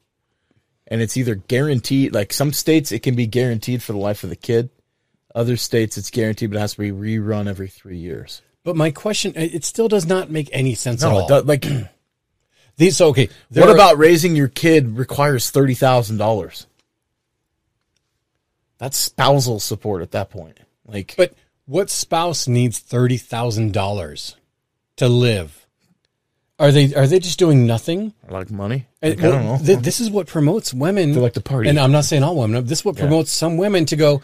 S2: and it's either guaranteed. Like some states, it can be guaranteed for the life of the kid. Other states, it's guaranteed, but it has to be rerun every three years.
S1: but my question, it it still does not make any sense at
S2: No,
S1: all.
S2: it does, like
S1: These, so okay, there
S2: what
S1: are-
S2: about raising your kid requires thirty thousand dollars? That's spousal support at that point. Like,
S1: But what spouse needs thirty thousand dollars to live? Are they are they just doing nothing?
S2: like money?
S1: And
S2: Like, I don't know.
S1: th- this is what promotes women.
S2: like the party.
S1: and I'm not saying all women. This is what promotes some women to go.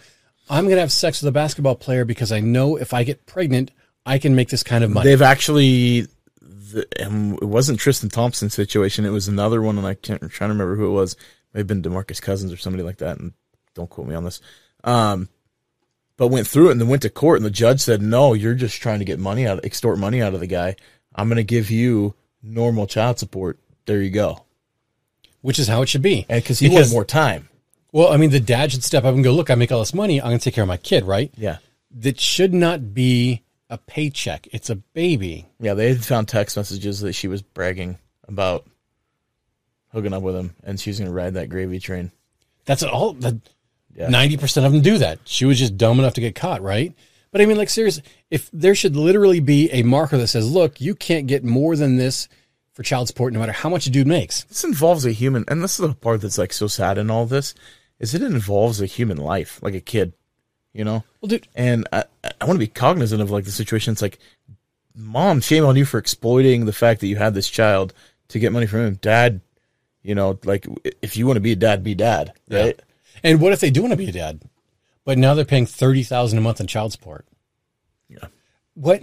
S1: I'm going to have sex with a basketball player because I know if I get pregnant, I can make this kind of money.
S2: They've actually, the, um, it wasn't Tristan Thompson's situation. It was another one, and I can't I'm trying to remember who it was. Maybe been Demarcus Cousins or somebody like that. And don't quote me on this. Um, but went through it and then went to court, and the judge said, "No, you're just trying to get money out, extort money out of the guy. I'm going to give you normal child support. There you go."
S1: which is how it should be.
S2: And because he wanted more time.
S1: Well, I mean, the dad should step up and go, look, I make all this money. I'm going to take care of my kid, right?
S2: Yeah,
S1: That should not be a paycheck. It's a baby.
S2: yeah. They had found text messages that she was bragging about hooking up with him, and she's going to ride that gravy train.
S1: That's all. That
S2: Yeah.
S1: ninety percent of them do that. She was just dumb enough to get caught, right? But I mean, like, seriously, if there should literally be a marker that says, look, you can't get more than this for child support no matter how much a dude makes.
S2: This involves a human, and this is the part that's like so sad in all this, is it involves a human life, like a kid, you know.
S1: Well, dude,
S2: And I, I want to be cognizant of like the situation. It's like, mom, shame on you for exploiting the fact that you had this child to get money from him. Dad, you know, like if you want to be a dad, be dad, right?
S1: and what if they do want to be a dad? But now they're paying 30000 a month in child support.
S2: Yeah.
S1: What,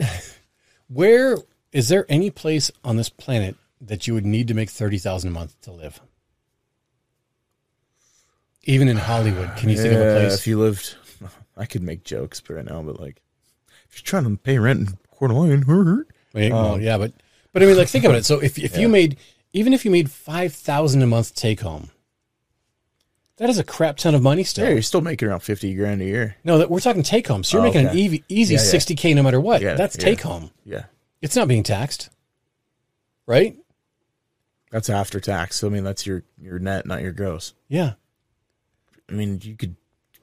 S1: where, is there any place on this planet that you would need to make 30000 a month to live? Even in Hollywood, can you think of a
S2: Yeah,
S1: place?
S2: if you lived, I could make jokes right now, but like, if you're trying to pay rent in Coeur d'Alene,
S1: Wait,
S2: Um,
S1: well, yeah, but but I mean, like, think about it. So if if you made even if you made five thousand a month take home, that is a crap ton of money still.
S2: yeah, you're still making around fifty grand a year.
S1: No, that we're talking take home. So you're
S2: Oh,
S1: making
S2: okay.
S1: an easy easy
S2: Yeah, yeah.
S1: sixty k no matter what.
S2: Yeah,
S1: That's
S2: yeah.
S1: take home.
S2: Yeah,
S1: It's not being taxed, right?
S2: that's after tax. So I mean, that's your your net, not your gross.
S1: Yeah,
S2: I mean, you could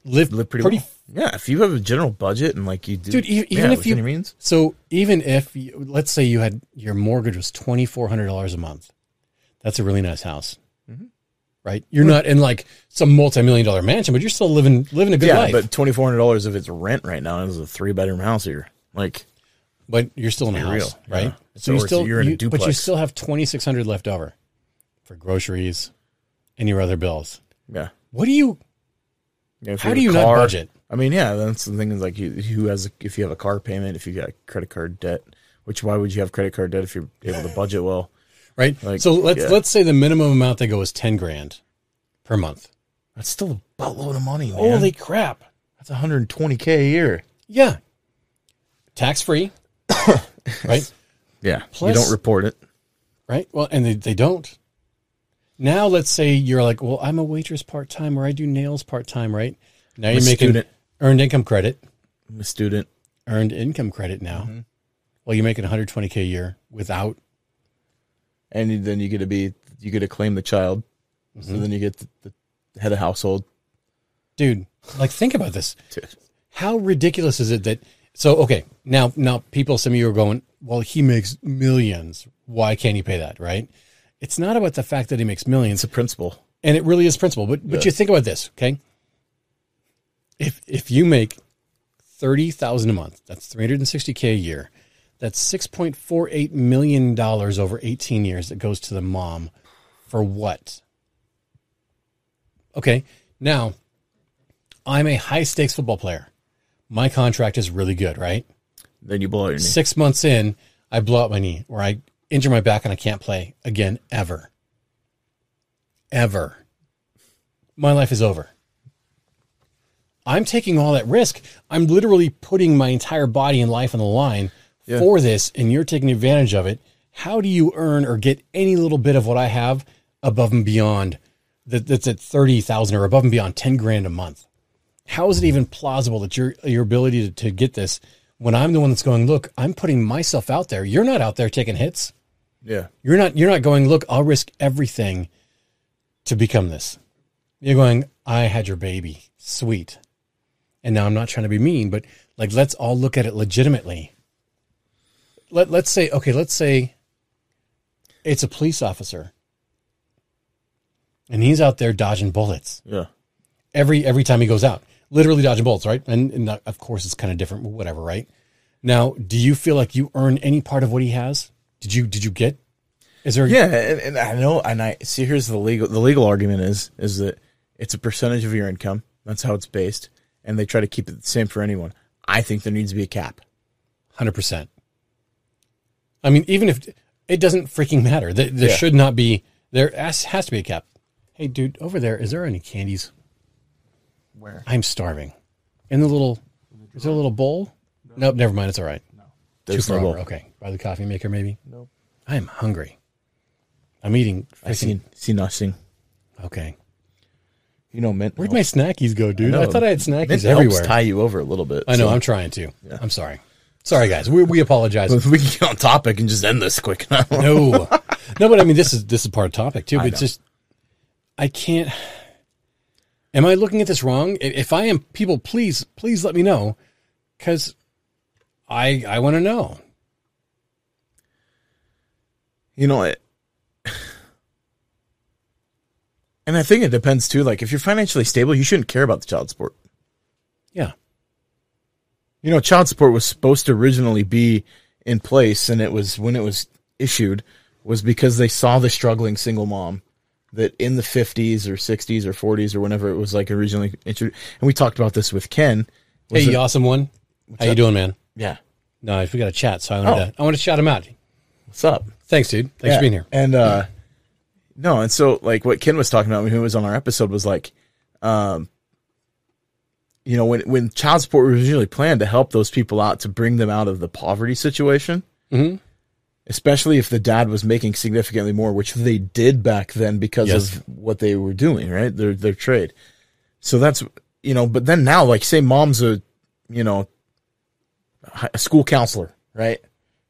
S1: live,
S2: live pretty,
S1: pretty.
S2: well. Yeah, if you have a general budget and like you do,
S1: Dude, e- even
S2: yeah,
S1: if
S2: within
S1: you-
S2: your means,
S1: So even if you, let's say you had your mortgage was twenty four hundred dollars a month, that's a really nice house.
S2: Mm-hmm.
S1: Right, you're not in like some multi-million dollar mansion, but you're still living living a good
S2: yeah,
S1: life.
S2: but twenty four hundred dollars if it's rent right now. and It's a three bedroom house here. Like,
S1: But you're still in a house,
S2: real,
S1: right?
S2: yeah.
S1: So
S2: Or
S1: you
S2: it's-
S1: still you're
S2: you're in a
S1: but you
S2: duplex.
S1: still have twenty six hundred left over for groceries and your other bills.
S2: yeah.
S1: What do you?
S2: Yeah, if
S1: How
S2: have
S1: do
S2: a
S1: you not budget?
S2: I mean, yeah, that's the thing is like you, who has if you have a car payment, if you got credit card debt, which why would you have credit card debt if you're able to budget well?
S1: Right.
S2: Like,
S1: so let's
S2: yeah.
S1: let's say the minimum amount they go is ten grand per month.
S2: That's still a buttload of money, man.
S1: crap!
S2: that's 120k a year.
S1: Yeah, tax free. right.
S2: Yeah,
S1: Plus-
S2: you don't report it.
S1: Right. Well, and they, they don't. Now let's say you're like, well, I'm a waitress part time, or I do nails part time. Right. Now you're
S2: a
S1: making
S2: student.
S1: earned income credit.
S2: I'm a student.
S1: earned income credit now. Well, you're making 120k a year without.
S2: and then you get to be you get to claim the child so then you get the, the head of household
S1: Dude, like think about this.
S2: to,
S1: How ridiculous is it that so okay, now now people some of you are going, "Well, he makes millions. Why can't he pay that?" right? It's not about the fact that he makes millions
S2: it's a principle
S1: and it really is principle, but but
S2: Yeah.
S1: you think about this, okay? If if you make 30,000 a month, that's 360k a year. That's 6.48 million dollars over 18 years that goes to the mom for what? Okay. Now, I'm a high stakes football player. My contract is really good, right?
S2: then you blow out your knee
S1: Six months in, I blow out my knee or I injure my back and I can't play again ever. Ever. My life is over. I'm taking all that risk. I'm literally putting my entire body and life on the line
S2: Yeah.
S1: for this, and you're taking advantage of it. How do you earn or get any little bit of what I have above and beyond that, that's at 30,000 or above and beyond 10 grand a month? How is it even plausible that your your ability to, to get this when I'm the one that's going, look, I'm putting myself out there. You're not out there taking hits.
S2: yeah
S1: You're not you're not going, look, I'll risk everything to become this. You're going, I had your baby. Sweet. And now I'm not trying to be mean, but like let's all look at it legitimately. Let let's say, okay, let's say it's a police officer. And he's out there dodging bullets
S2: yeah
S1: every every time he goes out literally dodging bullets right and, and that- of course it's kind of different but whatever right now do you feel like you earn any part of what he has did you did you get is there
S2: yeah and, and i know and i see here's the legal the legal argument is is that it's a percentage of your income that's how it's based and they try to keep it the same for anyone i think there needs to be a cap
S1: 100% i mean even if it doesn't freaking matter there, there
S2: Yeah.
S1: should not be there has, has to be a cap hey dude over there is there any candies
S2: where
S1: i'm starving in the little is there a little bowl nope never mind it's all right
S2: there's
S1: Two
S2: no
S1: for
S2: goal.
S1: over. okay by the coffee maker maybe
S2: Nope.
S1: i am hungry i'm eating
S2: i see see nothing
S1: okay
S2: you know mint
S1: Where'd
S2: helps-
S1: my snackies go, dude? I,
S2: know,
S1: thought I had snackies
S2: mint helps
S1: everywhere.
S2: tie you over a little bit
S1: I know.
S2: so-
S1: I'm trying to. I'm sorry. Sorry, guys. We, we apologize.
S2: If we can get on topic and just end this quick now
S1: no, no, but I mean, this is this is part of topic too. But it's just, I can't. Am I looking at this wrong? I- If I am, people, please, please let me know, because I I want to know.
S2: You know it. And I think it depends too. Like, if you're financially stable, you shouldn't care about the child support.
S1: Yeah.
S2: You know, child support was supposed to originally be in place, and it was when it was issued was because they saw the struggling single mom that in the 50s or 60s or 40s or whenever it was like originally introduced. And we talked about this with Ken. Was
S1: hey,
S2: it-
S1: you awesome one. How you doing, man?
S2: yeah.
S1: No, we got a chat, so I wanted
S2: Oh.
S1: to I want to shout him out.
S2: What's up?
S1: Thanks, dude. Thanks
S2: Yeah,
S1: for being here.
S2: And uh no, and so like what Ken was talking about when he was on our episode was like um you know, when when child support was usually planned to help those people out to bring them out of the poverty situation,
S1: Mhm.
S2: especially if the dad was making significantly more, which they did back then because
S1: Yes.
S2: of what they were doing, right? Their their trade. So that's you know, but then now, like say mom's a you know hi- a school counselor, right?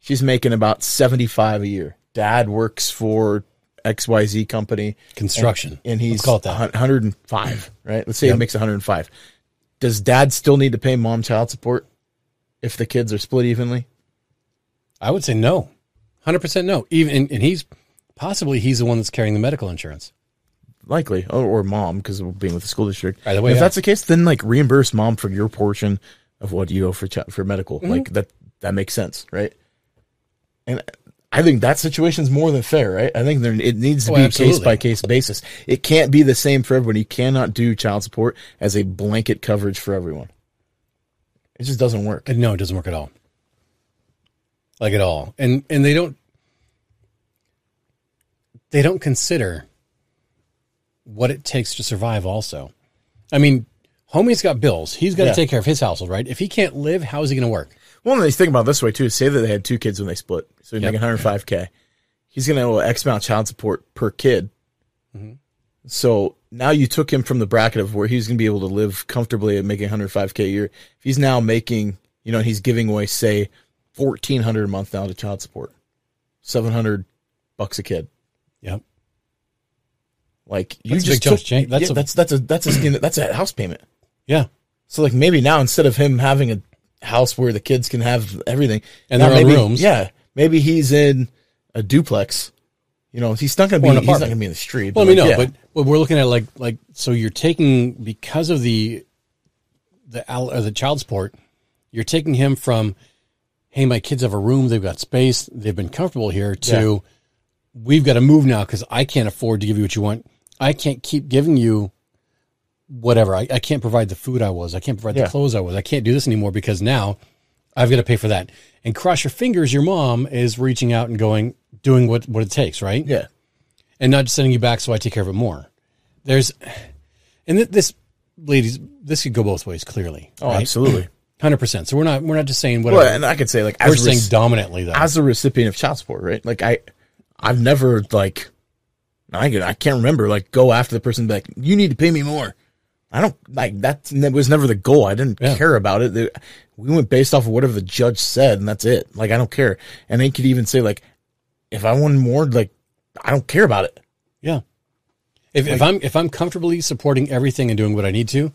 S2: She's making about seventy five a year. Dad works for XYZ company
S1: Construction.
S2: and he's
S1: Let's call it that.
S2: 105, right? Let's say he makes 105. Does dad still need to pay mom child support if the kids are split evenly?
S1: I would say no, hundred percent no. Even and, and he's possibly he's the one that's carrying the medical insurance.
S2: Likely, or, or mom because of being with the school district.
S1: Either way,
S2: if
S1: yeah.
S2: that's the case, then like reimburse mom for your portion of what you owe for chi- for medical. Like that that makes sense, right? And I think that situation's more than fair, right? I think there it needs to
S1: Oh,
S2: be
S1: absolutely.
S2: case by case basis. It can't be the same for everyone. You cannot do child support as a blanket coverage for everyone. It just doesn't work.
S1: And no, it doesn't work at all. Like at all. And and they don't they don't consider what it takes to survive also. I mean, homie's got bills. He's got to
S2: Yeah.
S1: take care of his household, right? If he can't live, how is he going to work?
S2: Well, and they think about it this way too. Say that they had two kids when they split, so he's
S1: Yep.
S2: making 105k. He's going to owe X amount of child support per kid.
S1: Mm-hmm.
S2: So now you took him from the bracket of where he's going to be able to live comfortably at making 105k a year. If he's now making, you know, he's giving away say 1400 a month now to child support, 700 bucks a kid.
S1: Yep.
S2: Like you
S1: That's a big
S2: just
S1: chunk
S2: took,
S1: of change. That's
S2: yeah,
S1: a-
S2: that's that's a that's a skin that's a house payment.
S1: Yeah.
S2: So like maybe now instead of him having a house where the kids can have everything
S1: And
S2: now
S1: their own
S2: maybe-
S1: rooms.
S2: yeah, maybe he's in a duplex. You know, he's not gonna be
S1: Or an
S2: he's not
S1: apartment.
S2: gonna be in the street.
S1: Well, I mean, no,
S2: like, yeah.
S1: but but we're looking at like like so you're taking because of the the al- or the child support, you're taking him from, hey, my kids have a room, they've got space, they've been comfortable here, to we've got to move now because I can't afford to give you what you want. I can't keep giving you whatever. I, I can't provide the food I was. I can't provide
S2: Yeah.
S1: the clothes I was. I can't do this anymore because now I've got to pay for that. And cross your fingers, your mom is reaching out and going, doing what what it takes, right?
S2: yeah.
S1: and not just sending you back so I take care of it more. There's, and th- this, ladies, this could go both ways. Clearly,
S2: Oh, absolutely.
S1: hundred percent. So we're not we're not just saying whatever.
S2: well, and I could say like
S1: we're
S2: as, a
S1: saying
S2: rec-
S1: dominantly though.
S2: as a recipient of child support, right? Like I I've never like I could, I can't remember like go after the person and be like you need to pay me more. I don't like that. That was never the goal. I didn't
S1: Yeah.
S2: care about it. They- We went based off of whatever the judge said, and that's it. Like I don't care. And they could even say like, if I wanted more, like I don't care about it.
S1: yeah. If, if I'm if I'm comfortably supporting everything and doing what I need to,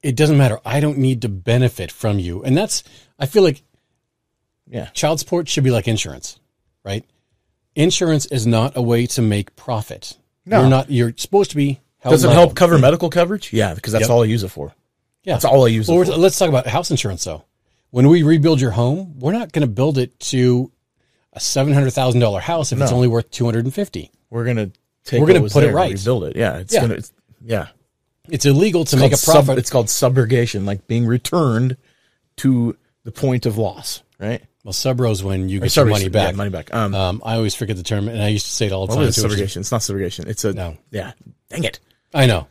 S1: it doesn't matter. I don't need to benefit from you, and that's I feel like
S2: Yeah.
S1: child support should be like insurance, right? Insurance is not a way to make profit.
S2: No.
S1: you're not. You're supposed to be. Held
S2: Does it
S1: liable.
S2: help cover medical coverage? Yeah, because that's all I use it for.
S1: Yeah.
S2: That's all I use it
S1: Well,
S2: for.
S1: we're, let's talk about house insurance though. When we rebuild your home, we're not going to build it to a seven hundred thousand dollar house if it's
S2: No.
S1: only worth two hundred and fifty.
S2: We're gonna take.
S1: We're gonna
S2: what was
S1: put it
S2: there and
S1: right.
S2: rebuild it. Yeah, it's
S1: Yeah.
S2: gonna. It's, yeah,
S1: It's illegal to make a
S2: called sub-
S1: profit.
S2: it's called subrogation, like being returned to the point of loss, right?
S1: well, subros when you get
S2: Sorry,
S1: your money back.
S2: Yeah, money back. Um,
S1: Um, I always forget the term, and I used to say it all the
S2: what
S1: time.
S2: is
S1: too, which is-
S2: subrogation? It's not subrogation. It's a
S1: No.
S2: Yeah, dang it.
S1: I know.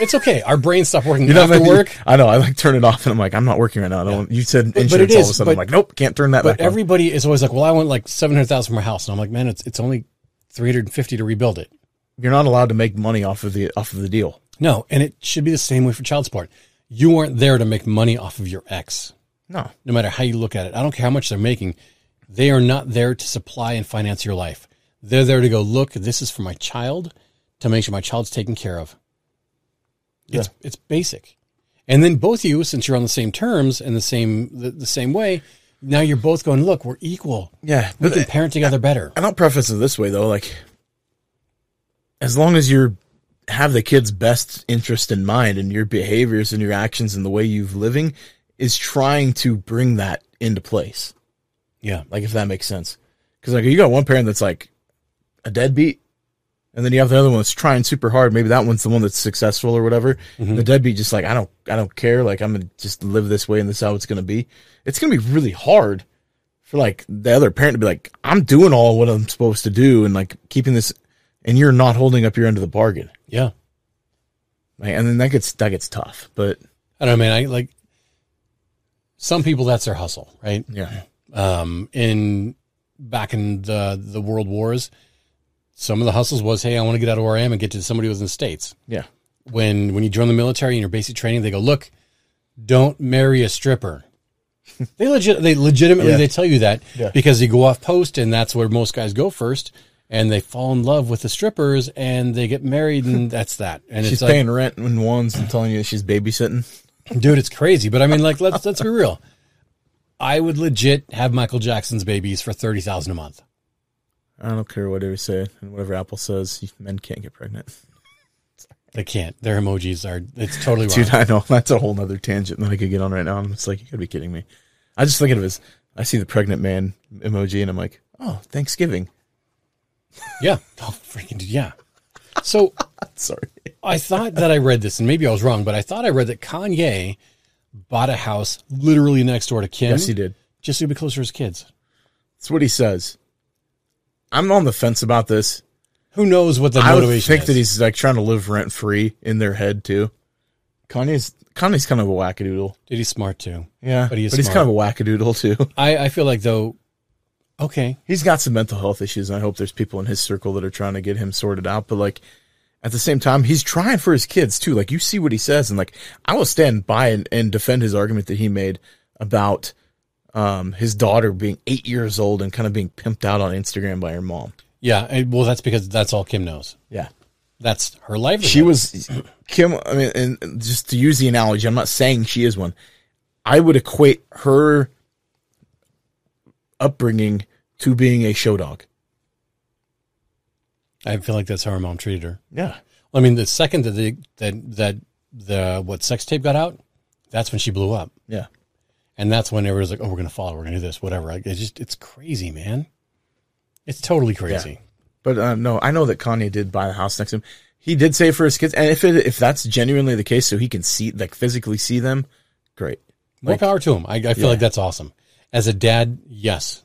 S1: It's okay. Our brains stop working
S2: You know,
S1: after
S2: what I mean?
S1: work.
S2: I know. I like turn it off, and I'm like, I'm not working right now. I don't. want You said insurance.
S1: it
S2: all of a
S1: is,
S2: sudden, I'm
S1: but-
S2: like, nope, can't turn that
S1: But
S2: back. on.
S1: everybody is always like, "Well, I want like seven hundred thousand for my house," and I'm like, "Man, it's it's only three hundred and fifty to rebuild it."
S2: You're not allowed to make money off of the off of the deal.
S1: No, and it should be the same way for child support. You weren't there to make money off of your ex.
S2: No.
S1: no matter how you look at it. I don't care how much they're making. They are not there to supply and finance your life. They're there to go, look, this is for my child to make sure my child's taken care of. It's it's basic. And then both of you, since you're on the same terms and the same the, the same way, now you're both going, look, we're equal.
S2: Yeah,
S1: We
S2: but
S1: can parent together better.
S2: and I'll preface it this way though, like as long as you're have the kid's best interest in mind and your behaviors and your actions and the way you've living is trying to bring that into place.
S1: Yeah.
S2: Like if that makes sense. Cuz like you got one parent that's like a deadbeat and then you have the other one that's trying super hard. Maybe that one's the one that's successful or whatever.
S1: Mm-hmm.
S2: And the deadbeat just like I don't I don't care. Like I'm gonna just live this way and this is how it's gonna be. It's gonna be really hard for like the other parent to be like, I'm doing all what I'm supposed to do and like keeping this and you're not holding up your end of the bargain.
S1: Yeah.
S2: Like, and then that gets that gets tough. But
S1: I don't know, man. I like some people that's their hustle, right?
S2: yeah.
S1: um, in back in the the world wars some of the hustles was hey i want to get out of where i am and get to somebody who was in the states
S2: Yeah.
S1: when when you join the military and your basic training they go look don't marry a stripper they legit they legitimately
S2: Yeah.
S1: they tell you that
S2: Yeah.
S1: because you go off post and that's where most guys go first and they fall in love with the strippers and they get married and that's that and
S2: She's
S1: it's like
S2: paying rent in ones and telling you that she's babysitting.
S1: dude it's crazy but i mean like let's let's be real i would legit have michael jackson's babies for 30,000 a month
S2: I don't care what they say and whatever Apple says, you- men can't get pregnant.
S1: They can't. Their emojis are. It's totally wrong.
S2: Dude, I know that's a whole nother tangent that I could get on right now. I'm just like, you gotta be kidding me. I just think of it as I see the pregnant man emoji and I'm like, oh, Thanksgiving.
S1: yeah. Oh, freaking dude, yeah. So
S2: Sorry.
S1: I thought that I read this, and maybe I was wrong, but I thought I read that Kanye bought a house literally next door to Kim,
S2: Yes, he did.
S1: just to be closer to his kids.
S2: That's what he says. I'm on the fence about this.
S1: Who knows what the
S2: I would
S1: motivation
S2: think
S1: is?
S2: that he's like trying to live rent free in their head too. Kanye's Kanye's kind of a wackadoodle.
S1: Dude, he's smart too.
S2: Yeah,
S1: But he is
S2: he's
S1: smart.
S2: kind of a wackadoodle too.
S1: I I feel like though. Okay.
S2: He's got some mental health issues, and I hope there's people in his circle that are trying to get him sorted out. But like at the same time, he's trying for his kids too. Like you see what he says, and like I will stand by and, and defend his argument that he made about um, his daughter being eight years old and kind of being pimped out on Instagram by her mom.
S1: Yeah. and- well, that's because that's all Kim knows.
S2: Yeah,
S1: That's her life.
S2: she was Kim. I mean, and just to use the analogy, I'm not saying she is one. I would equate her upbringing to being a show dog.
S1: I feel like that's how her mom treated her.
S2: Yeah,
S1: I mean, the second that the that that the what sex tape got out, that's when she blew up.
S2: yeah.
S1: And that's when everyone's like, "Oh, we're gonna follow. We're gonna do this. Whatever." Like, it's just it's crazy, man. It's totally crazy.
S2: But uh, no, I know that Kanye did buy the house next to him. He did save for his kids, and if it if that's genuinely the case, so he can see like physically see them, great.
S1: More power to him. I, I feel like that's awesome. As a dad, yes.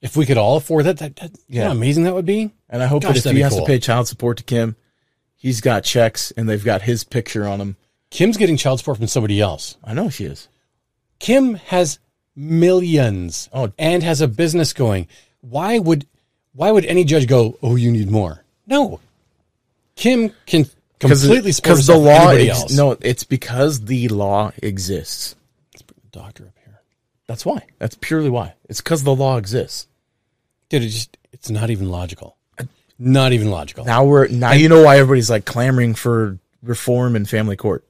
S1: If we could all afford that, that, that you know
S2: Yeah.
S1: how amazing that would be.
S2: And I hope
S1: Gosh,
S2: that if
S1: that'd
S2: he
S1: be
S2: has
S1: cool.
S2: to pay child support to Kim, he's got checks and they've got his picture on them.
S1: Kim's getting child support from somebody else.
S2: I know she is.
S1: Kim has millions
S2: Oh.
S1: and has a business going. Why would why would any judge go, "Oh, you need more"? No. Kim can completely support
S2: because the
S1: herself,
S2: law.
S1: anybody
S2: ex-
S1: else.
S2: no, it's because the law exists.
S1: Let's bring the doctor up here.
S2: That's why. That's purely why. It's because the law exists.
S1: dude it just it's not even logical not even logical
S2: Now we're now you know why everybody's like clamoring for reform in family court.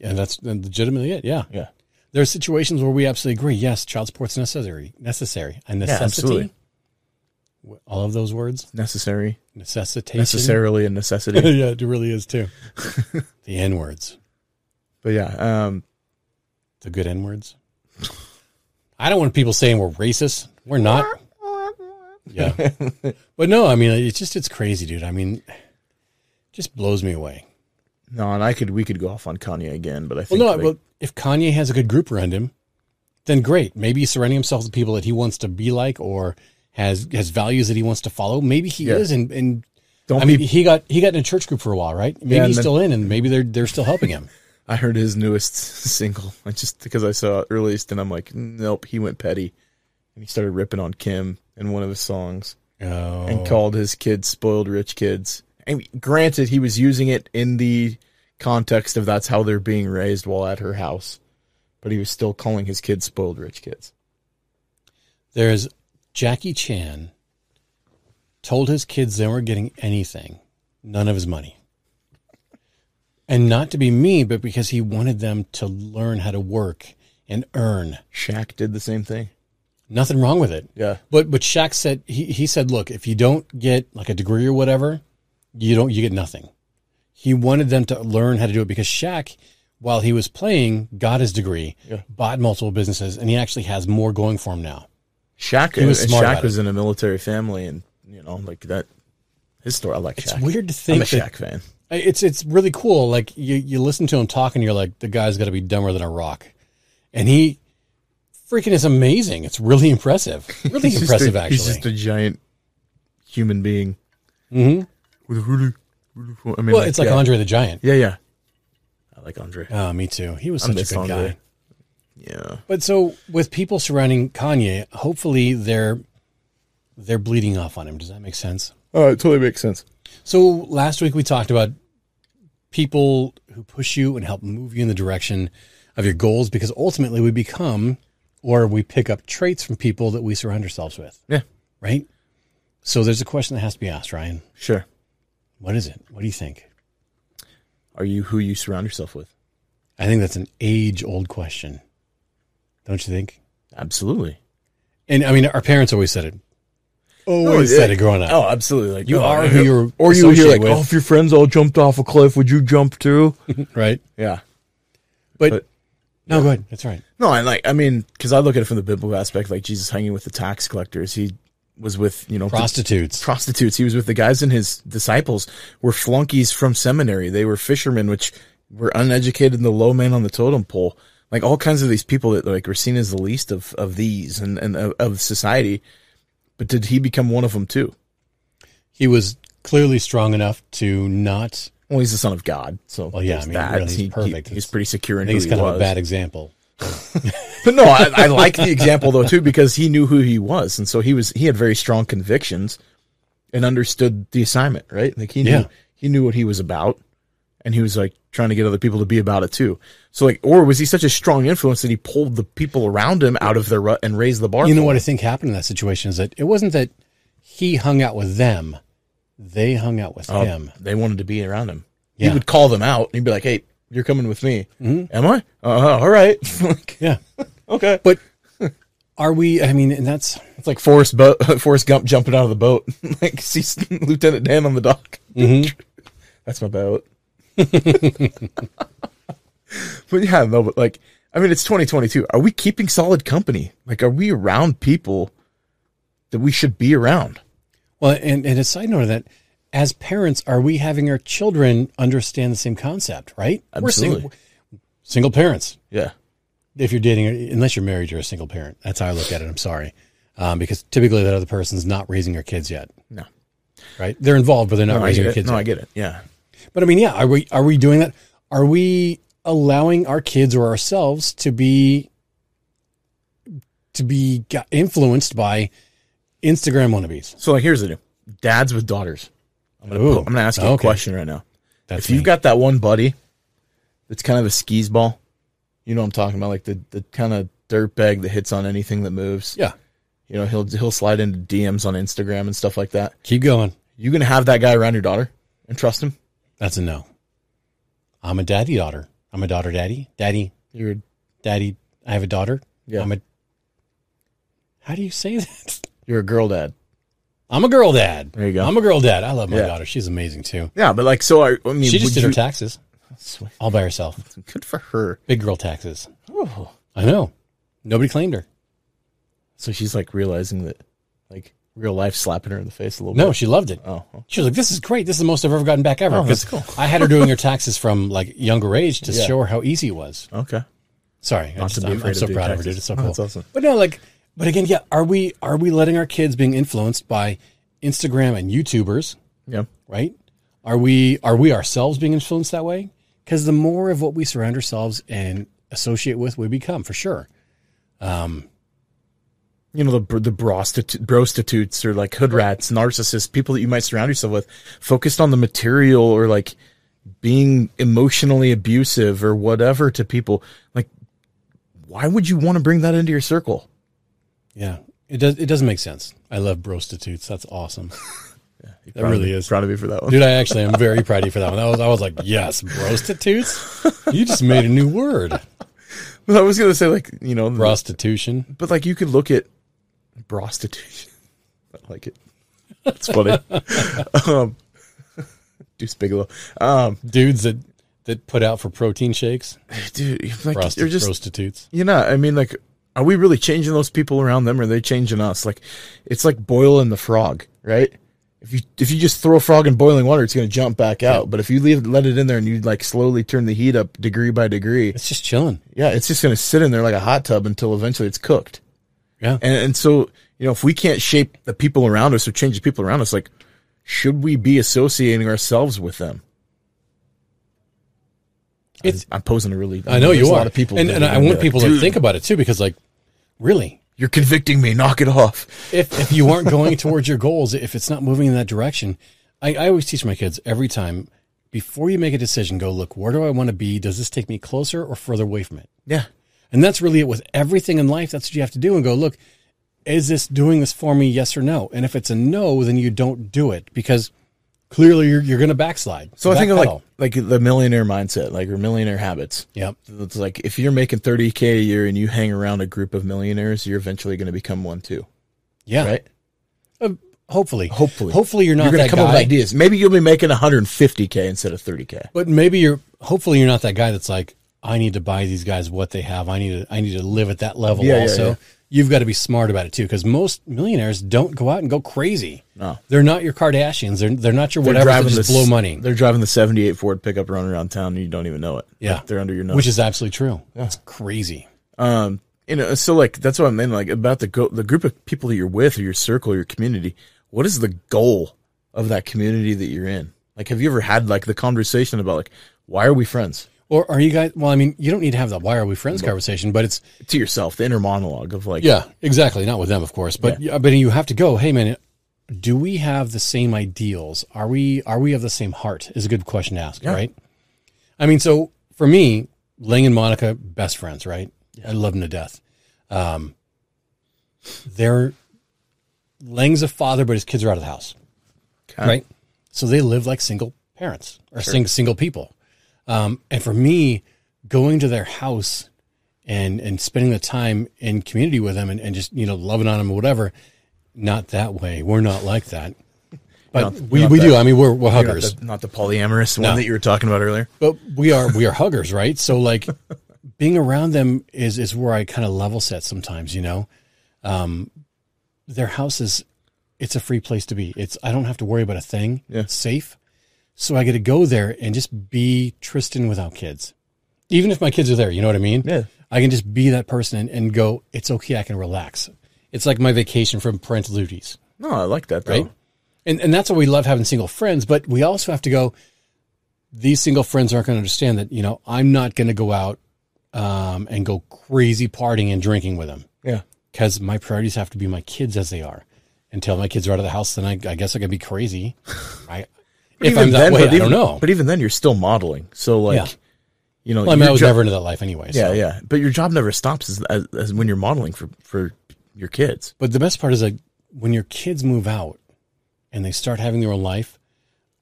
S1: and that's legitimately it yeah
S2: Yeah.
S1: there are situations where we absolutely agree yes child support's necessary necessary a necessity
S2: absolutely.
S1: Wh- all of those words
S2: Necessary.
S1: necessitation
S2: Necessarily a necessity.
S1: yeah it really is too the n words
S2: But yeah, um,
S1: the good n words i don't want people saying we're racist we're not yeah but no i mean it's just it's crazy dude i mean just blows me away
S2: no, and I could we could go off on Kanye again, but I
S1: Well,
S2: think
S1: no,
S2: like,
S1: well, if Kanye has a good group around him, then great. Maybe he's surrounding himself with people that he wants to be like or has has values that he wants to follow. Maybe he
S2: Yeah.
S1: is, and, and
S2: don't
S1: I mean,
S2: be.
S1: he got he got in a church group for a while, right? Maybe
S2: Yeah, and
S1: he's
S2: then-
S1: still in, and maybe they're they're still helping him.
S2: I heard his newest single I just because I saw it released, and I'm like, nope, he went petty, and he started ripping on Kim in one of his songs,
S1: oh,
S2: and called his kids spoiled rich kids. And granted, he was using it in the context of that's how they're being raised while at her house, but he was still calling his kids spoiled rich kids.
S1: there's Jackie Chan told his kids they weren't getting anything, none of his money. And not to be mean, but because he wanted them to learn how to work and earn.
S2: Shaq did the same thing.
S1: Nothing wrong with it.
S2: Yeah.
S1: But but Shaq said he, he said, look, if you don't get like a degree or whatever, you don't you get nothing. He wanted them to learn how to do it because Shaq, while he was playing, got his degree,
S2: Yeah.
S1: bought multiple businesses, and he actually has more going for him now.
S2: Shaq,
S1: He was
S2: and
S1: smart about
S2: Shaq
S1: it.
S2: was in a military family, and you know, like that. His story, I like
S1: It's
S2: Shaq.
S1: weird to
S2: I'm
S1: think
S2: a
S1: that
S2: Shaq fan.
S1: it's it's really cool. Like you you listen to him talk and you're like, the guy's got to be dumber than a rock, and he freaking is amazing. It's really impressive. Really
S2: He's just
S1: impressive,
S2: a-
S1: actually.
S2: He's just a giant human being Mm-hmm.
S1: Mhm.
S2: with a really, really cool. I mean,
S1: Well, it's like
S2: yeah.
S1: Andre the Giant.
S2: Yeah, yeah. I like Andre.
S1: Oh, me too. He was
S2: I
S1: such a
S2: miss
S1: good
S2: Andre.
S1: guy.
S2: Yeah.
S1: But so with people surrounding Kanye, hopefully they're they're bleeding off on him. Does that make sense?
S2: Oh, it totally makes sense.
S1: So last week we talked about people who push you and help move you in the direction of your goals because ultimately we become or we pick up traits from people that we surround ourselves with,
S2: Yeah,
S1: right? So there's a question that has to be asked, Ryan.
S2: sure.
S1: What is it? What do you think?
S2: Are you who you surround yourself with?
S1: I think that's an age-old question. Don't you think?
S2: Absolutely.
S1: And I mean, our parents always said it. Always said it growing up.
S2: Oh, absolutely. Like
S1: You
S2: oh,
S1: are
S2: yeah.
S1: who you're
S2: Or you hear like,
S1: associated with.
S2: oh, if your friends all jumped off a cliff, would you jump too?
S1: right?
S2: yeah.
S1: But,
S2: But-
S1: no, go ahead. That's right.
S2: No, and like I mean, because I look at it from the biblical aspect, like Jesus hanging with the tax collectors. He was with you know the-
S1: Prostitutes.
S2: prostitutes. He was with the guys and his disciples were flunkies from seminary. They were fishermen, which were uneducated and the low man on the totem pole. Like all kinds of these people that like were seen as the least of, of these and, and of, of society. But did he become one of them too?
S1: He was clearly strong enough to not.
S2: Well, he's the son of God, so
S1: Well, yeah, I
S2: there's
S1: mean, really, he's
S2: He- he-
S1: perfect.
S2: he's
S1: It's-
S2: pretty secure
S1: I
S2: in
S1: think
S2: who
S1: he's
S2: he
S1: kind
S2: was.
S1: of a bad example.
S2: But no, I, I like the example though too because he knew who he was, and so he was he had very strong convictions and understood the assignment. Right, like he knew
S1: Yeah.
S2: he knew what he was about, and he was like trying to get other people to be about it too. So like, or was he such a strong influence that he pulled the people around him out of their rut and raised the bar?
S1: You know
S2: for
S1: what I
S2: them?
S1: think happened in that situation is that it wasn't that he hung out with them; they hung out with
S2: Um,
S1: him.
S2: They wanted to be around him.
S1: Yeah. Mm-hmm.
S2: He would call them out. And he'd be like, "Hey, you're coming with me, am I? Uh, all right, Like,
S1: Yeah,
S2: okay."
S1: but are we? I mean, and that's
S2: It's like Forrest, Bo- Forrest Gump jumping out of the boat. like, see Lieutenant Dan on the dock.
S1: Mm-hmm.
S2: That's my boat. but yeah, no, but like, I mean, it's 2022. Are we keeping solid company? Like, are we around people that we should be around?
S1: well. And, and a side note of that: as parents, are we having our children understand the same concept? Right? We're
S2: Absolutely.
S1: single, single parents.
S2: Yeah.
S1: if you're dating, unless you're married, you're a single parent. That's how I look at it. I'm sorry, um, because typically that other person's not raising your kids yet,
S2: No.
S1: right? They're involved, but they're not
S2: No, I
S1: raising
S2: get
S1: your
S2: it.
S1: kids.
S2: No, I
S1: yet.
S2: get it. Yeah.
S1: But I mean, yeah, are we are we doing that? Are we allowing our kids or ourselves to be to be got- influenced by Instagram wannabes?
S2: So, like, here's the deal dads with daughters. I'm going
S1: Ooh.
S2: to I'm gonna ask you a
S1: Okay.
S2: question right now.
S1: That's
S2: if you've
S1: me.
S2: got that one buddy that's kind of a skis ball, you know what I'm talking about, like the, the kind of dirtbag that hits on anything that moves.
S1: yeah,
S2: You know, he'll he'll slide into DMs on Instagram and stuff like that.
S1: keep going.
S2: You gonna have that guy around your daughter and trust him?
S1: That's a no. I'm a daddy daughter. I'm a daughter daddy. Daddy
S2: You're
S1: daddy. I have a daughter.
S2: Yeah.
S1: I'm a. How do you say that?
S2: you're a girl dad.
S1: I'm a girl dad.
S2: There you go.
S1: I'm a girl dad. I love my
S2: Yeah.
S1: daughter. She's amazing too.
S2: Yeah, but like so I, I mean
S1: She just
S2: would
S1: did
S2: you,
S1: her taxes all by herself.
S2: good for her.
S1: Big girl taxes.
S2: Oh.
S1: I know. Nobody claimed her.
S2: So she's like realizing that like real life slapping her in the face a little
S1: No, she loved it.
S2: bit. Oh. well,
S1: She was like, "This is great. This is the most I've ever gotten back ever."
S2: Oh, that's
S1: 'Cause
S2: cool.
S1: I had her doing her taxes from like younger age to
S2: Yeah.
S1: show her how easy it was.
S2: Okay.
S1: Sorry, I
S2: Not to be
S1: am
S2: afraid of
S1: so
S2: doing
S1: proud of her,
S2: taxes.
S1: dude. It's so
S2: Oh,
S1: cool.
S2: that's awesome.
S1: But no, like, but again, yeah. Are we are we letting our kids being influenced by Instagram and YouTubers?
S2: Yeah.
S1: right? Are we are we ourselves being influenced that way? Because the more of what we surround ourselves and associate with, we become for sure.
S2: you know the br- the prostitute prostitutes or like hood rats, narcissists, people that you might surround yourself with, focused on the material or like being emotionally abusive or whatever to people. Like, why would you want to bring that into your circle?
S1: Yeah, it does. It doesn't make sense. I love prostitutes. That's awesome,
S2: That
S1: really is.
S2: proud of you for that one.
S1: dude. I actually am very proud of you for that one. I was I was like, yes, prostitutes. You just made a new word,
S2: But I was gonna say like you know,
S1: prostitution.
S2: but like you could look at prostitution. I like it. It's funny. um, Deuce Bigelow. Um,
S1: Dudes that that put out for protein shakes,
S2: dude, you're like,
S1: prosti-
S2: you're just
S1: prostitutes.
S2: you know, I mean, like, are we really changing those people around them, or are they changing us? Like, it's like Boyle and the frog, right? If you if you just throw a frog in boiling water, it's going to jump back out. But if you leave let it in there and you like slowly turn the heat up degree by degree,
S1: It's just chilling.
S2: yeah, it's just going to sit in there like a hot tub until eventually it's cooked.
S1: Yeah.
S2: And and so you know, if we can't shape the people around us or change the people around us, like, should we be associating ourselves with them?
S1: It's-
S2: I'm posing a really.
S1: I know
S2: there's
S1: you
S2: a
S1: are.
S2: lot of people,
S1: and,
S2: that
S1: and
S2: are
S1: I
S2: gonna be
S1: want
S2: like,
S1: people
S2: "Dude,
S1: to think about it too, because like, really,
S2: You're convicting me. Knock it off.
S1: if if you aren't going towards your goals, if it's not moving in that direction, I, I always teach my kids every time before you make a decision, go look where do I want to be? Does this take me closer or further away from it?
S2: Yeah.
S1: And that's really it with everything in life. That's what you have to do and go, look, is this doing this for me? Yes or no? And if it's a no, then you don't do it because clearly you're, you're going to backslide.
S2: So I think of like
S1: Backpedal.
S2: like the millionaire mindset, like or millionaire habits.
S1: yep.
S2: It's like if you're making 30k a year and you hang around a group of millionaires, you're eventually going to become one too,
S1: Yeah. Uh,
S2: right?
S1: Hopefully.
S2: Hopefully.
S1: Hopefully you're not
S2: You're going
S1: that
S2: to come
S1: guy.
S2: up with ideas. Maybe you'll be making 150k instead of 30k.
S1: But maybe you're hopefully you're not that guy that's like, I need to buy these guys what they have. I need to I need to live at that level
S2: Yeah, yeah,
S1: also.
S2: yeah.
S1: You've got to be smart about it too, because most millionaires don't go out and go crazy.
S2: No.
S1: They're not your Kardashians. They're they're not your
S2: They're
S1: whatever that just
S2: the
S1: blow
S2: s-
S1: money.
S2: They're driving the 78 Ford pickup running around town and you don't even know it.
S1: Yeah.
S2: Like, they're under your nose.
S1: Which is absolutely true. That's crazy.
S2: um you know so like that's what i'm mean like about the go- the group of people that you're with or your circle or your community what is the goal of that community that you're in like have you ever had like the conversation about like why are we friends
S1: Or are you guys? Well, I mean, you don't need to have that "Why are we friends?" conversation, but it's
S2: to yourself the inner monologue of like
S1: yeah, exactly. Not with them, of course, but yeah, but you have to go. Hey, man, do we have the same ideals? Are we are we of the same heart? Is a good question to ask, right? I mean, so for me, Ling and Monica, best friends, right? I love them to death. Um, they're Lang's a father, but his kids are out of the house.
S2: Okay.
S1: Right. So they live like single parents or sing, single people. Um, and for me, going to their house and and spending the time in community with them and, and just, you know, loving on them or whatever, not that way. We're not like that. But
S2: Not-
S1: we,
S2: not
S1: we
S2: that-
S1: do. I mean, we're, we're
S2: not
S1: huggers
S2: the, not the polyamorous one
S1: No.
S2: that you were talking about earlier
S1: but we are we are huggers, right? So like being around them is is where I kind of level set sometimes, you know. Um their house is it's a free place to be. It's I don't have to worry about a thing.
S2: Yeah.
S1: It's safe. So I get to go there and just be Tristan without kids. Even if my kids are there, you know what I mean?
S2: Yeah.
S1: I can just be that person and, and go, it's okay, I can relax. It's like my vacation from parental duties
S2: no i like that though
S1: right? And and that's why we love having single friends, but we also have to go. These single friends aren't going to understand that you know I'm not going to go out um, and go crazy partying and drinking with them
S2: yeah
S1: because my priorities have to be my kids as they are. Until my kids are out of the house, then I, I guess I can be crazy. I, if I'm that way, I
S2: even,
S1: don't know.
S2: but even then you're still modeling so like
S1: Yeah.
S2: you know
S1: well, I mean,
S2: your
S1: I was
S2: jo-
S1: never into that life anyway. So.
S2: yeah yeah but your job never stops as, as, as when you're modeling for for your kids
S1: But the best part is like when your kids move out and they start having their own life,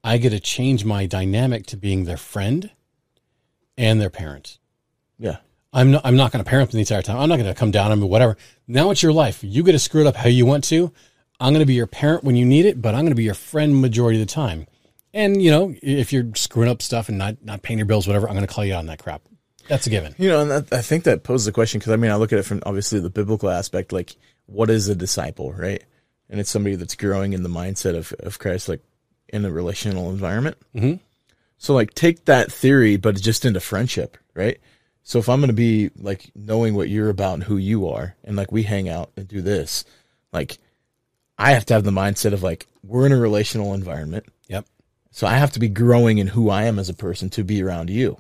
S1: I get to change my dynamic to being their friend and their parent.
S2: yeah
S1: I'm not, I'm not going to parent them the entire time. I'm not going to come down on them, whatever. Now it's your life. You get to screw it up how you want to. I'm going to be your parent when you need it, but I'm going to be your friend majority of the time. And you know, if you're screwing up stuff and not not paying your bills, whatever, I'm going to call you out on that crap. That's a given.
S2: You know, and that, I think that poses the question because I mean, I look at it from obviously the biblical aspect, like what is a disciple, right? And it's somebody that's growing in the mindset of, of Christ, like in a relational environment. Mm-hmm. So, like, take that theory, but just into friendship, right? So, if I'm going to be like knowing what you're about and who you are, and like we hang out and do this, like, I have to have the mindset of like, we're in a relational environment.
S1: Yep.
S2: So I have to be growing in who I am as a person to be around you.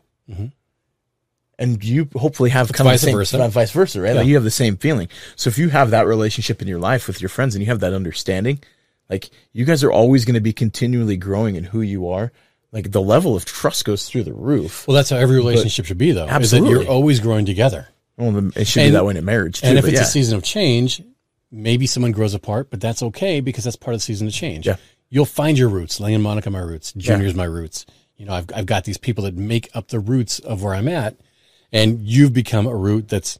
S2: And you hopefully have kind of the
S1: Mm-hmm. vice
S2: same,
S1: versa.
S2: vice versa, right? Like you have the same feeling. So if you have that relationship in your life with your friends and you have that understanding, like you guys are always going to be continually growing in who you are. Like the level of trust goes through the roof.
S1: Well, that's how every relationship should be, though. Is that
S2: Absolutely.
S1: you're always growing together.
S2: Well, then it should be
S1: And-
S2: that way in marriage too.
S1: and if
S2: but
S1: it's
S2: yeah.
S1: a season of change, maybe someone grows apart, but that's okay because that's part of the season of change.
S2: Yeah.
S1: You'll find your roots. Lang and Monica, my roots. Junior's my roots. You know, I've, I've got these people that make up the roots of where I'm at. And you've become a root that's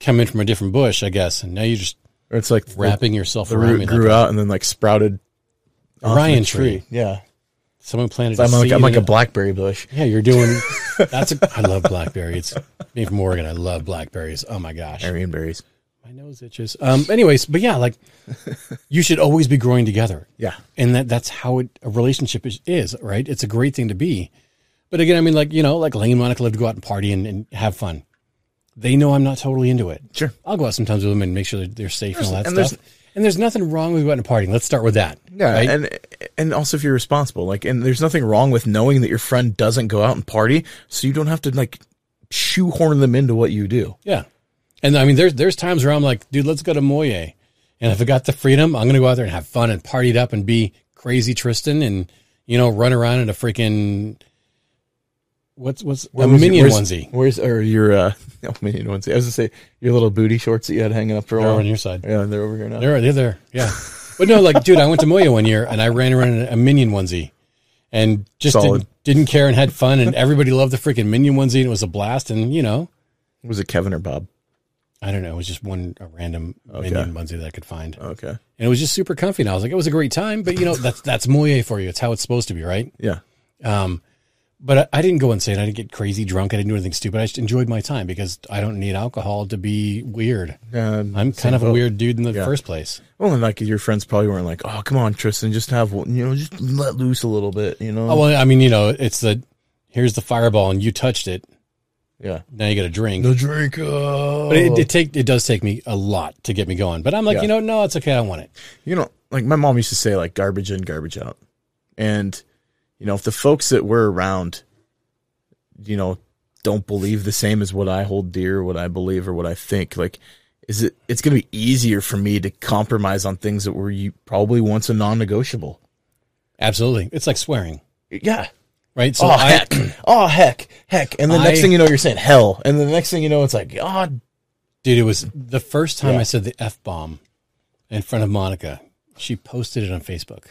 S1: come in from a different bush, I guess. And now you're just
S2: Or it's like the,
S1: wrapping yourself
S2: the
S1: around me.
S2: root grew
S1: like
S2: out and then like sprouted
S1: a
S2: off
S1: Orion
S2: the
S1: tree.
S2: Yeah,
S1: Someone planted
S2: So I'm
S1: a
S2: like
S1: seed
S2: I'm like
S1: in
S2: a
S1: it.
S2: blackberry bush.
S1: Yeah, you're doing. That's a. I love blackberry. It's being from Oregon. I love blackberries. Oh my gosh,
S2: Aryan berries.
S1: my nose itches. Um. Anyways, but yeah, like you should always be growing together,
S2: Yeah,
S1: and that that's how it, a relationship is, is. Right? It's a great thing to be. But again, I mean, like you know, like Lane and Monica love to go out and party and, and have fun. They know I'm not totally into it.
S2: sure.
S1: I'll go out sometimes with them and make sure that they're safe and all that
S2: and there's-
S1: stuff. and there's nothing wrong with going out and partying. Let's start with that.
S2: Yeah,
S1: Right?
S2: and and also if you're responsible, like, and there's nothing wrong with knowing that your friend doesn't go out and party, so you don't have to like shoehorn them into what you do.
S1: Yeah. And I mean, there's there's times where I'm like, dude, let's go to Moye. And if I got the freedom, I'm going to go out there and have fun and party it up and be crazy Tristan and, you know, run around in a freaking, what's, what's, a
S2: was your-
S1: minion
S2: where's,
S1: onesie
S2: Where's or your uh, no, minion onesie? I was gonna say your little booty shorts that you had hanging up for a
S1: over
S2: while.
S1: on your side.
S2: Yeah, they're over here now.
S1: They're, they're there. Yeah. but no, like, dude, I went to Moya one year and I ran around in a minion onesie and just
S2: Solid.
S1: didn't, didn't care and had fun. And everybody loved the freaking minion onesie and it was a blast. And, you know,
S2: Was it Kevin or Bob?
S1: I don't know. It was just one a random minion onesie that I could find.
S2: Okay,
S1: and it was just super comfy. And I was like, it was a great time, but you know, that's that's moye for you. It's how it's supposed to be, right?
S2: yeah,
S1: Um, but I, I didn't go insane. I didn't get crazy drunk. I didn't do anything stupid. I just enjoyed my time because I don't need alcohol to be weird.
S2: um,
S1: I'm kind of a weird dude in the
S2: Yeah.
S1: first place.
S2: Well, and like your friends probably weren't like, "Oh, come on, Tristan, just have one, you know, just let loose a little bit, you know."
S1: Oh well, I mean, you know, it's the here's the fireball, and you touched it.
S2: yeah,
S1: Now you got a drink. uh,
S2: the drink. Oh.
S1: But it, it take it does take me a lot to get me going. But I'm like,
S2: Yeah.
S1: you know, no, it's okay. I don't want it.
S2: you know, like my mom used to say, like garbage in, garbage out. And, you know, if the folks that we're around, you know, don't believe the same as what I hold dear, what I believe or what I think, like, is it, it's going to be easier for me to compromise on things that were you probably once a non negotiable.
S1: Absolutely, it's like swearing,
S2: Yeah.
S1: right? So
S2: Oh,
S1: I,
S2: heck. Oh, heck. Heck. And the next
S1: I-
S2: thing you know, you're saying hell. And the next thing you know, it's like, God.
S1: Dude, it was the first time
S2: Yeah.
S1: I said the F bomb in front of Monica. She posted it on Facebook.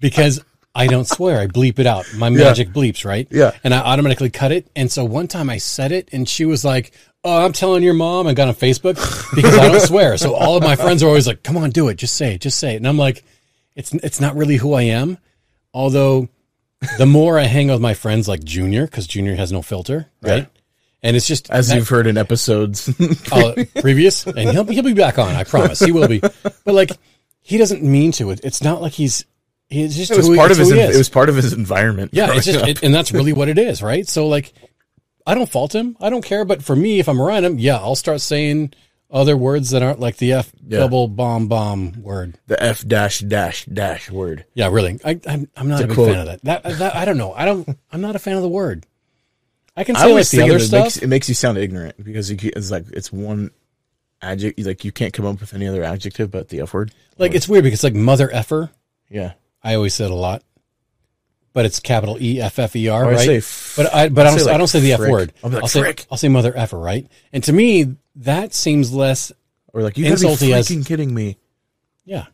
S1: because I don't swear, I bleep it out. My magic bleeps, right?
S2: Yeah.
S1: And I automatically cut it. And so one time I said it and she was like, Oh, I'm telling your mom I got on Facebook because I don't swear. So all of my friends are always like, Come on, do it. Just say it. Just say it. And I'm like, it's it's not really who I am. Although the more I hang out with my friends like Junior, because Junior has no filter, right? And it's just
S2: As
S1: that-
S2: you've heard in episodes.
S1: uh, previous, and he'll be, he'll be back on. I promise, he will be. But like, he doesn't mean to. It, it's not like he's. He's just
S2: it was
S1: who he-
S2: part of
S1: it's
S2: his,
S1: who he
S2: en-
S1: is.
S2: it was part of his environment.
S1: yeah, it's
S2: growing
S1: just,
S2: up.
S1: it, and that's really what it is, right? So like, I don't fault him. I don't care. But for me, if I'm around him, yeah, I'll start saying other words that aren't like the f
S2: Yeah.
S1: double bomb bomb word.
S2: the F dash dash dash word.
S1: Yeah, really. I, I'm I'm not a big
S2: quote.
S1: fan of that. that. That I don't know. I don't. I'm not a fan of the word. I can
S2: I
S1: say like
S2: always
S1: the
S2: think
S1: other
S2: it
S1: stuff.
S2: makes it makes you sound ignorant because you, ca- it's like it's one adjective. Like you can't come up with any other adjective but the F word.
S1: like it's weird because like mother effer.
S2: Yeah,
S1: I always said a lot, but it's capital E F F E R,
S2: Or Oh, I
S1: right?
S2: say f-
S1: but I but I don't
S2: say,
S1: say, I
S2: like,
S1: don't say the F
S2: frick.
S1: word.
S2: I'll be like,
S1: I'll say
S2: frick.
S1: I'll say mother effer, right? And to me, that seems less.
S2: or like you gotta be
S1: Insulty as-
S2: freaking kidding me.
S1: Yeah,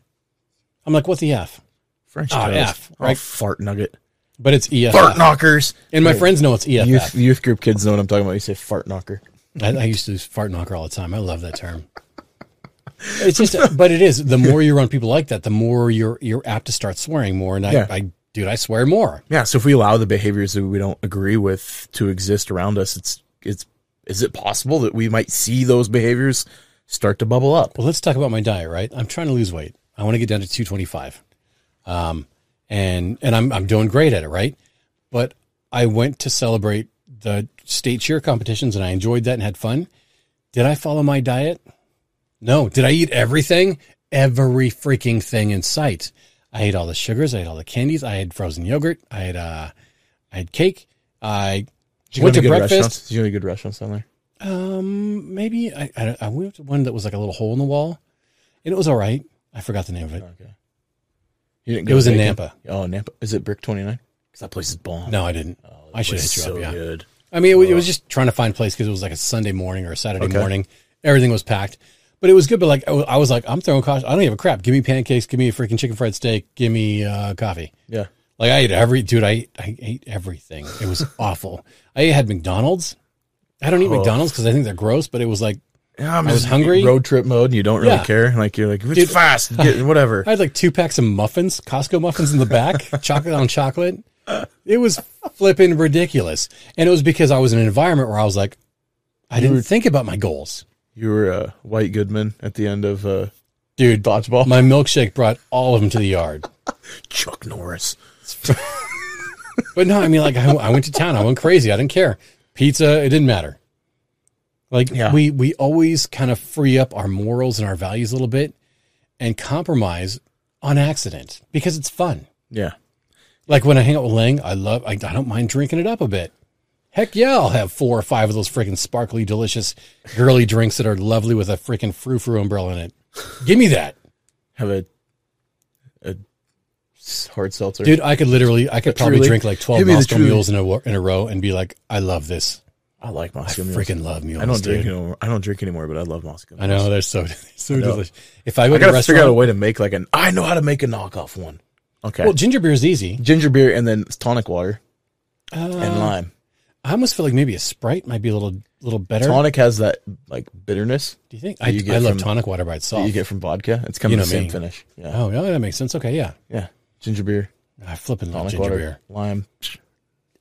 S1: I'm like, what the f?
S2: French
S1: Ah,
S2: toast.
S1: F,
S2: Oh,
S1: right?
S2: fart nugget.
S1: But it's E F
S2: Fart
S1: F,
S2: knockers.
S1: and my friends know it's E F
S2: Youth
S1: F.
S2: youth group kids know what I'm talking about. You say fart knocker.
S1: I, I used to use fart knocker all the time. I love that term. It's just, but it is. The more you're around people like that, the more you're you're apt to start swearing more. And I,
S2: Yeah.
S1: I dude, I swear more.
S2: Yeah. So if we allow the behaviors that we don't agree with to exist around us, it's it's is it possible that we might see those behaviors start to bubble up?
S1: Well, let's talk about my diet, right? I'm trying to lose weight. I want to get down to 225. Um, and and I'm I'm doing great at it, right? But I went to celebrate the state cheer competitions and I enjoyed that and had fun. Did I follow my diet? No. Did I eat everything? Every freaking thing in sight. I ate all the sugars, I ate all the candies, I had frozen yogurt, I had uh I had cake, I
S2: Did you
S1: went
S2: go
S1: to
S2: any good
S1: breakfast.
S2: restaurants? Did you go to any good restaurants down there?
S1: Um, maybe I, I I went to one that was like a little hole in the wall, and it was all right. I forgot the name of it.
S2: You didn't
S1: It was in
S2: bacon?
S1: Nampa.
S2: Oh, Nampa. Is it Brick 29? Because that place is bomb.
S1: No, I didn't. I should hit
S2: It's
S1: you
S2: so
S1: up. Yeah,
S2: good.
S1: I mean, it, wa- it was just trying to find a place because it was like a Sunday morning or a Saturday morning. Everything was packed, but it was good. But like, I wa- I was like, I'm throwing caution. I don't give a crap. Give me pancakes. Give me a freaking chicken fried steak. Give me uh, coffee.
S2: Yeah.
S1: Like I ate every dude. I I ate everything. It was awful. I had McDonald's. I don't eat
S2: Oh.
S1: McDonald's because I think they're gross, but it was like
S2: Yeah, I'm
S1: I was
S2: just
S1: hungry.
S2: Road trip mode, and you don't really
S1: Yeah.
S2: care. Like you're like, it's
S1: Dude.
S2: fast, get, whatever.
S1: I had like two packs of muffins, Costco muffins in the back, chocolate on chocolate. It was flipping ridiculous. And it was because I was in an environment where I was like, I didn't think about my goals.
S2: You were uh, White Goodman at the end of uh,
S1: Dude,
S2: dodgeball.
S1: my milkshake brought all of them to the yard.
S2: Chuck Norris.
S1: But no, I mean, like, I, I went to town. I went crazy. I didn't care. Pizza, it didn't matter. Like,
S2: Yeah.
S1: we, we always kind of free up our morals and our values a little bit and compromise on accident because it's fun.
S2: Yeah,
S1: Like when I hang out with Lang, I love, I, I don't mind drinking it up a bit. Heck yeah, I'll have four or five of those freaking sparkly, delicious, girly drinks that are lovely with a freaking frou frou umbrella in it. Give me that.
S2: have a a s- hard seltzer.
S1: Dude, I could literally, I could probably
S2: Truly.
S1: drink like 12
S2: Give me the
S1: Moscow
S2: truly.
S1: mules in a, wo- in a row and be like, I love this.
S2: I like Moscow Mules.
S1: Freaking love mules.
S2: I don't drink
S1: dude.
S2: anymore. I don't drink anymore, but I love Moscow.
S1: I
S2: Mules.
S1: know they're so they're so
S2: know.
S1: delicious. If I go
S2: I
S1: to a
S2: gotta figure out a
S1: restaurant,
S2: way to make like an. I know how to make a knockoff one. Okay.
S1: well, ginger beer is easy.
S2: ginger beer and then tonic water and
S1: Uh,
S2: lime.
S1: I almost feel like maybe a Sprite might be a little little better.
S2: Tonic has that like bitterness
S1: Do you think? I,
S2: you get
S1: I love
S2: from-
S1: tonic water by itself.
S2: that you get from vodka. It's kind
S1: You
S2: of
S1: know
S2: the same
S1: me.
S2: finish. Yeah.
S1: Oh, no, that makes sense. Okay, yeah.
S2: Yeah. Ginger beer,
S1: I flipping love
S2: tonic
S1: ginger
S2: water,
S1: beer.
S2: lime.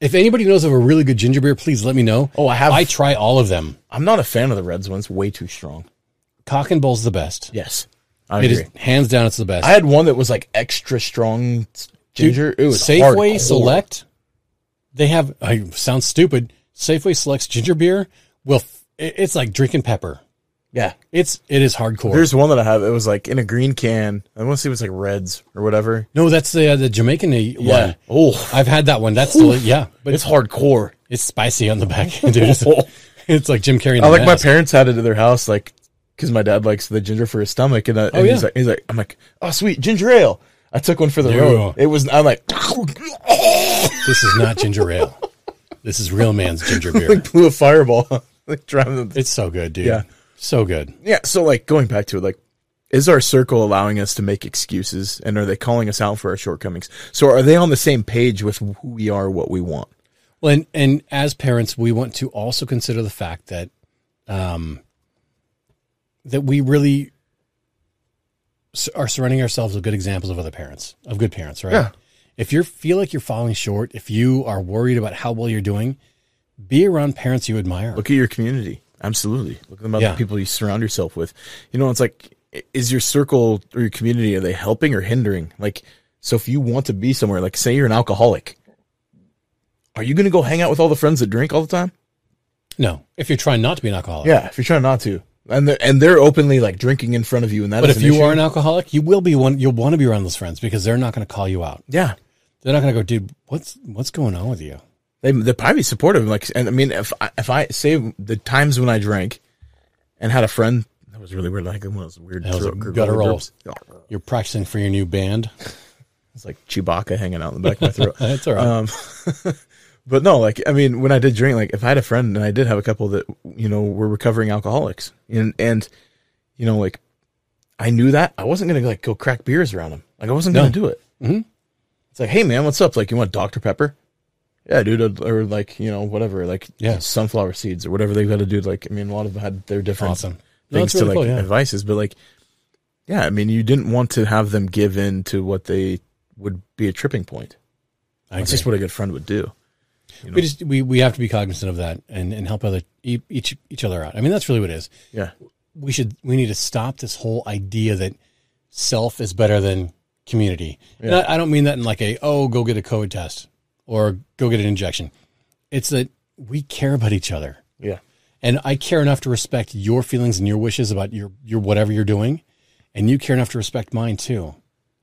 S1: If anybody knows of a really good ginger beer, please let me know.
S2: Oh, I have.
S1: I
S2: I,
S1: try all of them.
S2: am not a fan of the Reds one. It's way too strong.
S1: Cock and Bull's the best.
S2: Yes. I
S1: It
S2: agree.
S1: is hands down. It's the best.
S2: I had one that was like extra strong s- ginger. it was
S1: Safeway
S2: hardcore.
S1: Select. They have. I sound stupid. Safeway Select's ginger beer. Well, f- it- it's like drinking pepper.
S2: Yeah.
S1: It's it is hardcore.
S2: There's one that I have. It was like in a green can. I want to see if it's like Reds or whatever.
S1: no, that's the uh, the Jamaican one.
S2: Oh,
S1: I've had that one. That's the yeah, but
S2: it's hardcore.
S1: it's spicy on the back, dude. It's, it's like Jim Carrey. in
S2: I
S1: the
S2: like my
S1: mask.
S2: parents had it at their house, like because my dad likes the ginger for his stomach, and, I, and
S1: yeah.
S2: he's like, he's like, I'm like, oh sweet ginger ale. I took one for the
S1: Ew.
S2: road. It was I'm like,
S1: This is not ginger ale. This is real man's ginger beer.
S2: blew a fireball. like driving. The,
S1: It's so good, dude.
S2: Yeah.
S1: so good.
S2: yeah. So like going back to it, like, is our circle allowing us to make excuses, and are they calling us out for our shortcomings? So are they on the same page with who we are, what we want?
S1: Well, and, and as parents, we want to also consider the fact that, um, that we really s- are surrounding ourselves with good examples of other parents, of good parents, right?
S2: Yeah.
S1: If you feel like you're falling short, if you are worried about how well you're doing, be around parents you admire.
S2: Look at your community. Absolutely. Look at the amount
S1: Yeah.
S2: of people you surround yourself with. You know, it's like, i- is your circle or your community, are they helping or hindering? Like, so if you want to be somewhere, like say you're an alcoholic, are you going to go hang out with all the friends that drink all the time?
S1: No, if you're trying not to be an alcoholic.
S2: Yeah. If you're trying not to. And they're, and they're openly like drinking in front of you. And that
S1: But
S2: is
S1: if
S2: an
S1: you
S2: issue.
S1: are an alcoholic, you will be one. You'll want to be around those friends because they're not going to call you out.
S2: yeah,
S1: They're not going to go, dude. What's what's going on with you?
S2: they, they're probably supportive. Like, and I mean, if I, if I say the times when I drank and had a friend, that was really weird. Like, one of those weird
S1: That was a
S2: throat gurgle
S1: guttural.
S2: burps.
S1: You're practicing for your new band.
S2: It's like Chewbacca hanging out in the back of my throat.
S1: That's all right.
S2: Um, but no, like I mean, when I did drink, like if I had a friend and I did have a couple that you know were recovering alcoholics, and and you know like I knew that I wasn't gonna like go crack beers around them. Like I wasn't gonna do it.
S1: Mhm.
S2: It's like, hey man, what's up? Like you want Dr Pepper? Yeah, dude, or or, like you know whatever, like
S1: Yeah.
S2: sunflower seeds or whatever they've got to do. Like I mean, a lot of them had their different
S1: Awesome. No,
S2: things
S1: that's really
S2: to like
S1: cool, yeah.
S2: advices, but like yeah, I mean, you didn't want to have them give in to what they would be a tripping point.
S1: I
S2: That's
S1: agree.
S2: just what a good friend would do.
S1: we just we, we have to be cognizant of that and and help other e- each each other out. I mean, that's really what it is.
S2: Yeah.
S1: We should we need to stop this whole idea that self is better than community. And I, I don't mean that in like a oh go get a COVID test or go get an injection. It's that we care about each other.
S2: Yeah.
S1: and I care enough to respect your feelings and your wishes about your your whatever you're doing, and you care enough to respect mine too.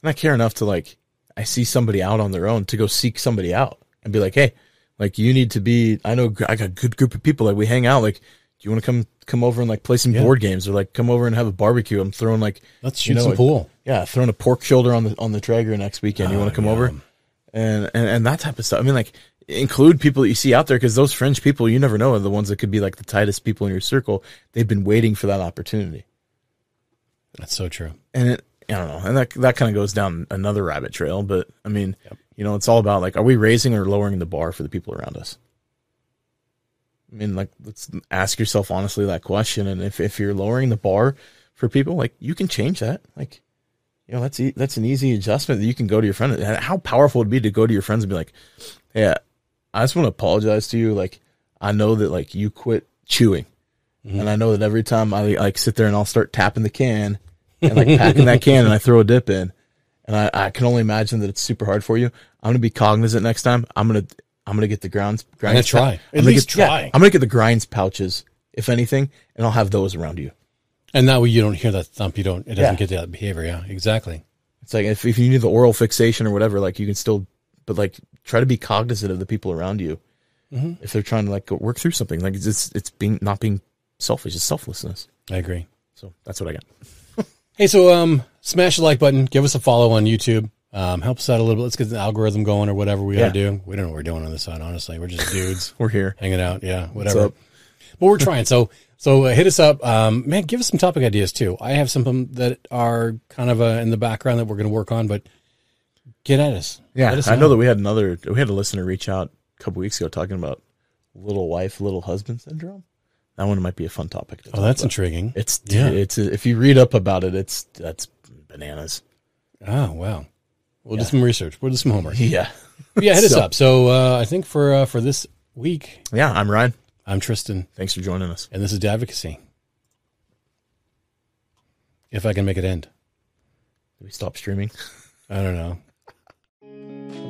S2: And I care enough to like I see somebody out on their own to go seek somebody out and be like, "Hey, like you need to be I know gr- I got a good group of people like we hang out like do you want to come come over and like play some board games or like come over and have a barbecue? I'm throwing like
S1: Let's shoot
S2: you know,
S1: some
S2: like-
S1: pool. Uh,
S2: yeah, throwing a pork shoulder on the on the Traeger next weekend. You want to come over and, and and that type of stuff. I mean, like include people that you see out there because those fringe people you never know are the ones that could be like the tightest people in your circle. They've been waiting for that opportunity,
S1: That's so true.
S2: and it, I don't know, and that that kind of goes down another rabbit trail. But I mean, you know, it's all about like, are we raising or lowering the bar for the people around us? I mean, like, let's ask yourself honestly that question. And if, if you're lowering the bar for people, like, you can change that. Like, you know, that's e- that's an easy adjustment that you can go to your friend. And how powerful it'd be to go to your friends and be like, "Yeah, I just want to apologize to you. Like, I know that like you quit chewing, and I know that every time I like sit there and I'll start tapping the can and like packing that can, and I throw a dip in, and I, I can only imagine that it's super hard for you. I'm gonna be cognizant next time. I'm gonna I'm gonna get the grounds.
S1: gonna
S2: grinds
S1: try. At
S2: I'm gonna
S3: least
S2: get- yeah,
S3: try.
S2: I'm gonna get the grinds pouches, if anything, and I'll have those around you.
S1: And that way you don't hear that thump. You don't. It doesn't
S2: Yeah.
S1: get that behavior. Yeah, exactly.
S2: It's like if, if you need the oral fixation or whatever, like you can still, but like try to be cognizant of the people around you. If they're trying to like go work through something, like it's it's, it's being not being selfish, it's selflessness.
S1: I agree.
S2: So that's what I got.
S1: Hey, so um, smash the like button. Give us a follow on YouTube. Um, help us out a little bit. Let's get the algorithm going or whatever we
S2: Yeah.
S1: gotta do. We don't know what we're doing on this side. Honestly, we're just dudes
S2: We're here.
S1: hanging out. Yeah,
S2: What's
S1: whatever.
S2: up?
S1: but we're trying. So so uh, hit us up, um, man. Give us some topic ideas too. I have some that are kind of uh, in the background that we're going to work on, but get at us.
S2: Yeah,
S1: Let us
S2: I know that we had another we had a listener reach out a couple weeks ago talking about little wife, little husband syndrome. That one might be a fun topic. To
S1: Oh, that's intriguing.
S2: it's
S1: Yeah.
S2: it's if you read up about it, it's that's bananas.
S1: Oh wow. We'll do some research. We'll do some homework.
S2: Yeah,
S1: yeah, hit us
S2: So-
S1: up. So uh, I think for uh, for this week,
S2: yeah. I'm Ryan.
S1: I'm Tristan,
S2: Thanks for joining us.
S1: and this is Advocacy. If I can make it end,
S2: Did we stop streaming?
S1: I don't know.